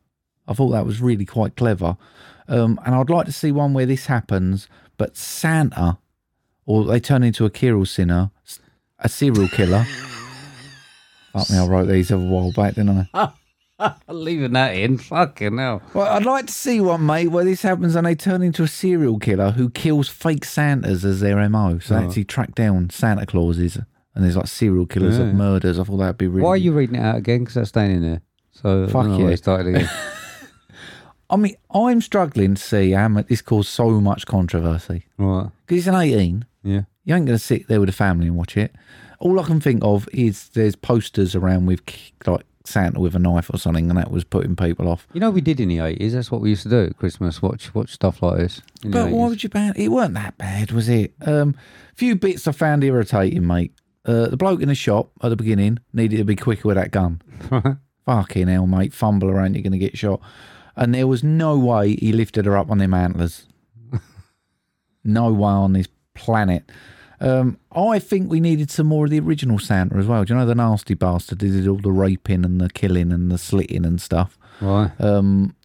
[SPEAKER 1] I thought that was really quite clever. Um, and I'd like to see one where this happens, but Santa, or they turn into a Kirill sinner, a serial
[SPEAKER 2] [laughs]
[SPEAKER 1] killer. Fuck me, I wrote these a while back, didn't I?
[SPEAKER 2] Leaving that in, fucking hell.
[SPEAKER 1] Well, I'd like to see one, mate, where this happens and they turn into a serial killer who kills fake Santas as their MO. So they actually track down Santa Clauses and there's like serial killers
[SPEAKER 2] Yeah.
[SPEAKER 1] and murders. I thought that'd be really.
[SPEAKER 2] Why are you reading it out again? Because that's staying in there. So I
[SPEAKER 1] Fuck
[SPEAKER 2] don't know why
[SPEAKER 1] you.
[SPEAKER 2] it started [laughs] again.
[SPEAKER 1] I mean, I'm struggling to see how much this caused so much controversy.
[SPEAKER 2] right.
[SPEAKER 1] Because it's an 18.
[SPEAKER 2] Yeah.
[SPEAKER 1] You ain't going to sit there with a family and watch it. All I can think of is there's posters around with k- like Santa with a knife or something, and that was putting people off.
[SPEAKER 2] You know, we did in the eighties. That's what we used to do at Christmas. Watch, watch stuff like this. in the
[SPEAKER 1] But why
[SPEAKER 2] 80s.
[SPEAKER 1] would you ban? It weren't that bad, was it? Um, few bits I found irritating, mate. Uh, the bloke in the shop at the beginning needed to be quicker with that
[SPEAKER 2] [laughs]
[SPEAKER 1] gun. Fucking hell, mate! Fumble around, you're going to get shot. And there was no way he lifted her up on them
[SPEAKER 2] [laughs]
[SPEAKER 1] antlers. no way on this planet. Um, I think we needed some more of the original Santa as well. Do you know the nasty bastard who did all the raping and the killing and the slitting and stuff?
[SPEAKER 2] Right.
[SPEAKER 1] um,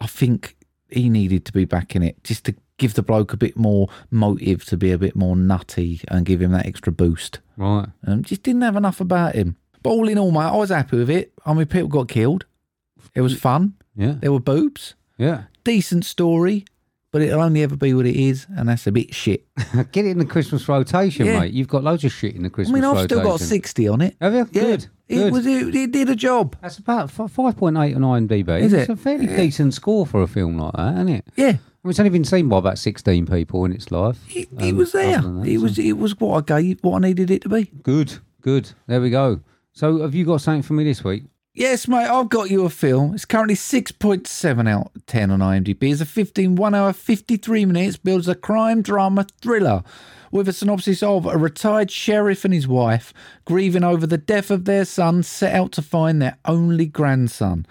[SPEAKER 1] I think he needed to be back in it just to give the bloke a bit more motive to be a bit more nutty and give him that extra boost.
[SPEAKER 2] right.
[SPEAKER 1] Um, just didn't have enough about him. But all in all, mate, I was happy with it. I mean, people got killed. It was fun.
[SPEAKER 2] Yeah.
[SPEAKER 1] There were boobs.
[SPEAKER 2] Yeah.
[SPEAKER 1] Decent story, but it'll only ever be what it is, and that's a bit shit.
[SPEAKER 2] Get it in the Christmas rotation,
[SPEAKER 1] Yeah.
[SPEAKER 2] mate. You've got loads of shit in the
[SPEAKER 1] I
[SPEAKER 2] Christmas
[SPEAKER 1] mean,
[SPEAKER 2] rotation.
[SPEAKER 1] I've still got 60 on it.
[SPEAKER 2] Have you?
[SPEAKER 1] Yeah,
[SPEAKER 2] Good.
[SPEAKER 1] It,
[SPEAKER 2] Good.
[SPEAKER 1] Was, it, it did a job.
[SPEAKER 2] That's about fi- 5.8 on IMDb.
[SPEAKER 1] Is
[SPEAKER 2] it's
[SPEAKER 1] it?
[SPEAKER 2] a fairly decent score for a film like that, isn't it?
[SPEAKER 1] Yeah.
[SPEAKER 2] I mean, it's only been seen by about 16 people in its life.
[SPEAKER 1] It, it
[SPEAKER 2] Um,
[SPEAKER 1] was there.
[SPEAKER 2] other than that,
[SPEAKER 1] it
[SPEAKER 2] so-
[SPEAKER 1] was it was what I gave, what I needed it to be.
[SPEAKER 2] Good. Good. There we go. So, have you got something for me this week?
[SPEAKER 1] Yes, mate, I've got you a film. It's currently 6.7 out of 10 on IMDb. It's a 15, 1 hour, 53 minutes, builds a crime drama thriller with a synopsis of a retired sheriff and his wife grieving over the death of their son, set out to find their only grandson.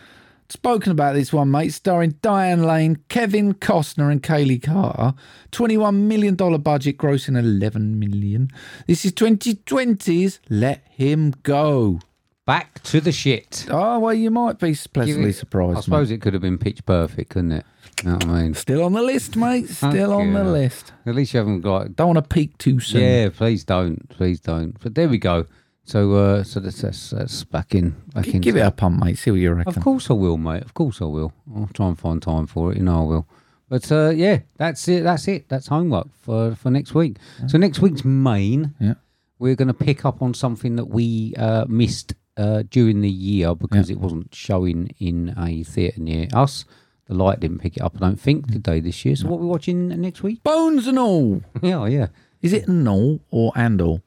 [SPEAKER 1] Spoken about this one, mate, starring Diane Lane, Kevin Costner, and Kaylee Carter. $21 million budget, grossing $11 million. This is 2020's Let Him Go.
[SPEAKER 2] Back to the shit.
[SPEAKER 1] Oh, well, you might be pleasantly surprised.
[SPEAKER 2] I suppose it could have been pitch perfect, couldn't it? You know what I mean?
[SPEAKER 1] mate. Still on the list, mate. Still on the
[SPEAKER 2] yeah.
[SPEAKER 1] list.
[SPEAKER 2] At least you haven't got.
[SPEAKER 1] Don't want to peak too soon.
[SPEAKER 2] Yeah, please don't. Please don't. But there we go. So, uh, so that's, that's, that's back in. Back
[SPEAKER 1] G-
[SPEAKER 2] in
[SPEAKER 1] Give it a pump, mate. See what you reckon.
[SPEAKER 2] Of course I will, mate. Of course I will. I'll try and find time for it. You know I will. But uh, yeah, that's it. That's it. That's homework for for next week. So next week's main,
[SPEAKER 1] Yeah.
[SPEAKER 2] we're going to pick up on something that we uh, missed uh, during the year because it wasn't showing in a theatre near us. The light didn't pick it up, I don't think, today this year. So what are we watching next week? [laughs]
[SPEAKER 1] Bones and all.
[SPEAKER 2] yeah, oh, yeah.
[SPEAKER 1] Is it an all or and all?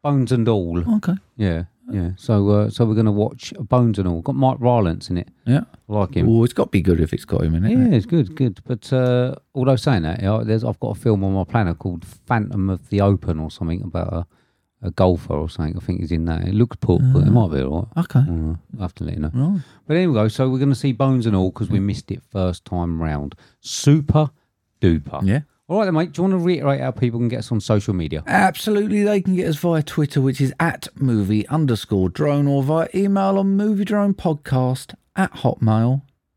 [SPEAKER 2] Bones and all.
[SPEAKER 1] Okay.
[SPEAKER 2] Yeah, yeah. So uh, so we're going to watch Bones and all. Got Mike Rylance in it.
[SPEAKER 1] Yeah.
[SPEAKER 2] I like him.
[SPEAKER 1] Oh, it's got to be good if it's got him in it.
[SPEAKER 2] Yeah, it's good, good. But uh, although saying that, you know, there's I've got a film on my planner called Phantom of the Open or something about a, a golfer or something. I think he's in that. It looks poor, but it might be all right.
[SPEAKER 1] Ah. Okay.
[SPEAKER 2] Mm, I'll have to let you know. But anyway, so we're going to see Bones and all because we missed it first time round. Super duper.
[SPEAKER 1] Yeah.
[SPEAKER 2] All right, then, mate. Do you want to reiterate how people can get us on social media?
[SPEAKER 1] Absolutely, they can get us via Twitter, which is at movie underscore drone, or via email on movie drone podcast at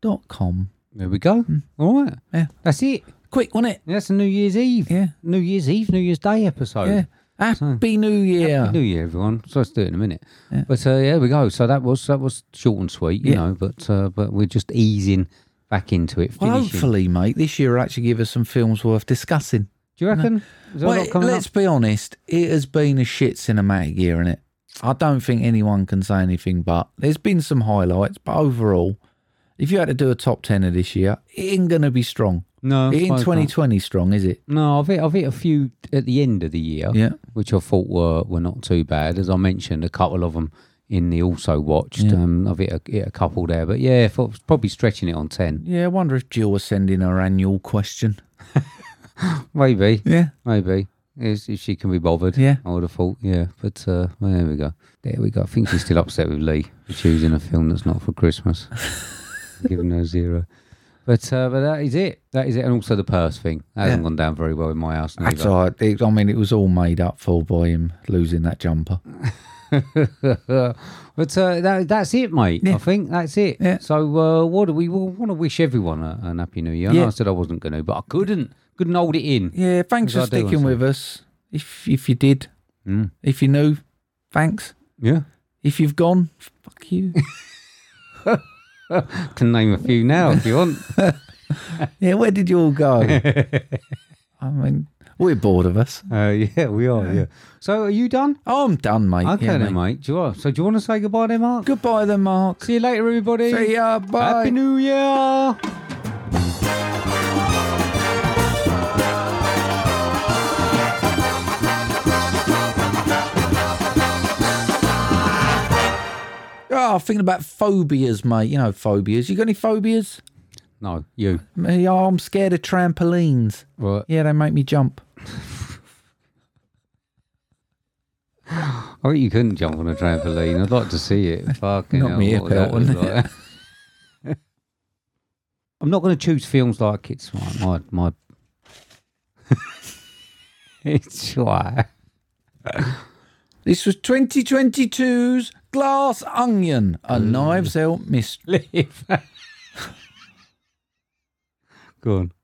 [SPEAKER 1] hotmail.com.
[SPEAKER 2] There we go. All right.
[SPEAKER 1] Mm. Yeah.
[SPEAKER 2] That's it.
[SPEAKER 1] Quick, wasn't it?
[SPEAKER 2] That's a New Year's Eve.
[SPEAKER 1] Yeah.
[SPEAKER 2] New Year's Eve, New Year's Day episode.
[SPEAKER 1] Yeah. Happy New Year.
[SPEAKER 2] Happy New Year, everyone. So let's do it in a minute. But uh, yeah, we go. So that was that was short and sweet, you
[SPEAKER 1] Yeah.
[SPEAKER 2] know. But uh, but we're just easing back into it.
[SPEAKER 1] well,
[SPEAKER 2] finishing.
[SPEAKER 1] hopefully, mate, this year will actually give us some films worth discussing.
[SPEAKER 2] do you reckon? Is there a
[SPEAKER 1] Well,
[SPEAKER 2] lot coming
[SPEAKER 1] let's
[SPEAKER 2] up?
[SPEAKER 1] be honest, it has been a shit cinematic year, innit? I don't think anyone can say anything but there's been some highlights, but overall, if you had to do a top 10 of this year, it ain't going to be strong.
[SPEAKER 2] No, I
[SPEAKER 1] It ain't
[SPEAKER 2] suppose not.
[SPEAKER 1] 2020 strong, is it?
[SPEAKER 2] No, I've hit, I've hit a few at the end of the year,
[SPEAKER 1] Yeah.
[SPEAKER 2] which I thought were, were not too bad. As I mentioned, a couple of them in the also watched. Um, I've hit a, hit a couple there, but yeah, I was probably stretching it on ten,
[SPEAKER 1] Yeah, I wonder if Jill was sending her annual question.
[SPEAKER 2] maybe.
[SPEAKER 1] Yeah.
[SPEAKER 2] Maybe. If if she can be bothered.
[SPEAKER 1] Yeah.
[SPEAKER 2] I would have thought, yeah. But uh, well, there we go. There we go. I think she's still upset with Lee for choosing a film that's not
[SPEAKER 1] [laughs]
[SPEAKER 2] for Christmas, giving her zero. But uh, but that is it. That is it. And also the purse thing. That hasn't
[SPEAKER 1] Yeah.
[SPEAKER 2] gone down very well in my house
[SPEAKER 1] That's
[SPEAKER 2] neither.
[SPEAKER 1] all right. It, I mean, it was all made up for by him losing that jumper.
[SPEAKER 2] [laughs] but uh, that, that's it, mate. I think that's it.
[SPEAKER 1] Yeah.
[SPEAKER 2] So uh, what do we want to wish everyone a, an happy new year? I know
[SPEAKER 1] Yeah.
[SPEAKER 2] I said I wasn't going to, but I couldn't. Couldn't hold it in.
[SPEAKER 1] Yeah, thanks for
[SPEAKER 2] Because I do
[SPEAKER 1] sticking
[SPEAKER 2] want
[SPEAKER 1] with us. If if you did,
[SPEAKER 2] Mm.
[SPEAKER 1] if you knew, thanks.
[SPEAKER 2] Yeah.
[SPEAKER 1] If you've gone, fuck you.
[SPEAKER 2] Can name a few now if
[SPEAKER 1] [laughs]
[SPEAKER 2] you want.
[SPEAKER 1] [laughs] yeah, where did you all go? [laughs] I mean, we're bored of us.
[SPEAKER 2] Uh, yeah, we are. Yeah. So are you done?
[SPEAKER 1] Oh, I'm done, mate.
[SPEAKER 2] Okay
[SPEAKER 1] Yeah,
[SPEAKER 2] then,
[SPEAKER 1] mate.
[SPEAKER 2] mate. Do you want, so do you want to say goodbye then, Mark?
[SPEAKER 1] Goodbye, then, Mark.
[SPEAKER 2] See you later, everybody.
[SPEAKER 1] See ya. Bye.
[SPEAKER 2] Happy New Year.
[SPEAKER 1] Oh, thinking about phobias, mate. You know, phobias. You got any phobias?
[SPEAKER 2] No, you.
[SPEAKER 1] Me, oh, I'm scared of trampolines.
[SPEAKER 2] Right.
[SPEAKER 1] Yeah, they make me jump.
[SPEAKER 2] I think you couldn't jump on a trampoline. I'd like to
[SPEAKER 1] [laughs]
[SPEAKER 2] see it. Fucking
[SPEAKER 1] Knock
[SPEAKER 2] hell,
[SPEAKER 1] me
[SPEAKER 2] what
[SPEAKER 1] up
[SPEAKER 2] that
[SPEAKER 1] out,
[SPEAKER 2] was
[SPEAKER 1] wouldn't it?
[SPEAKER 2] like.
[SPEAKER 1] [laughs]
[SPEAKER 2] I'm not going to choose films like it's my my. my [laughs] it's why.
[SPEAKER 1] This was 2022's Glass Onion, a
[SPEAKER 2] Mm.
[SPEAKER 1] Knives Out mystery.
[SPEAKER 2] Leave. [laughs] Go on.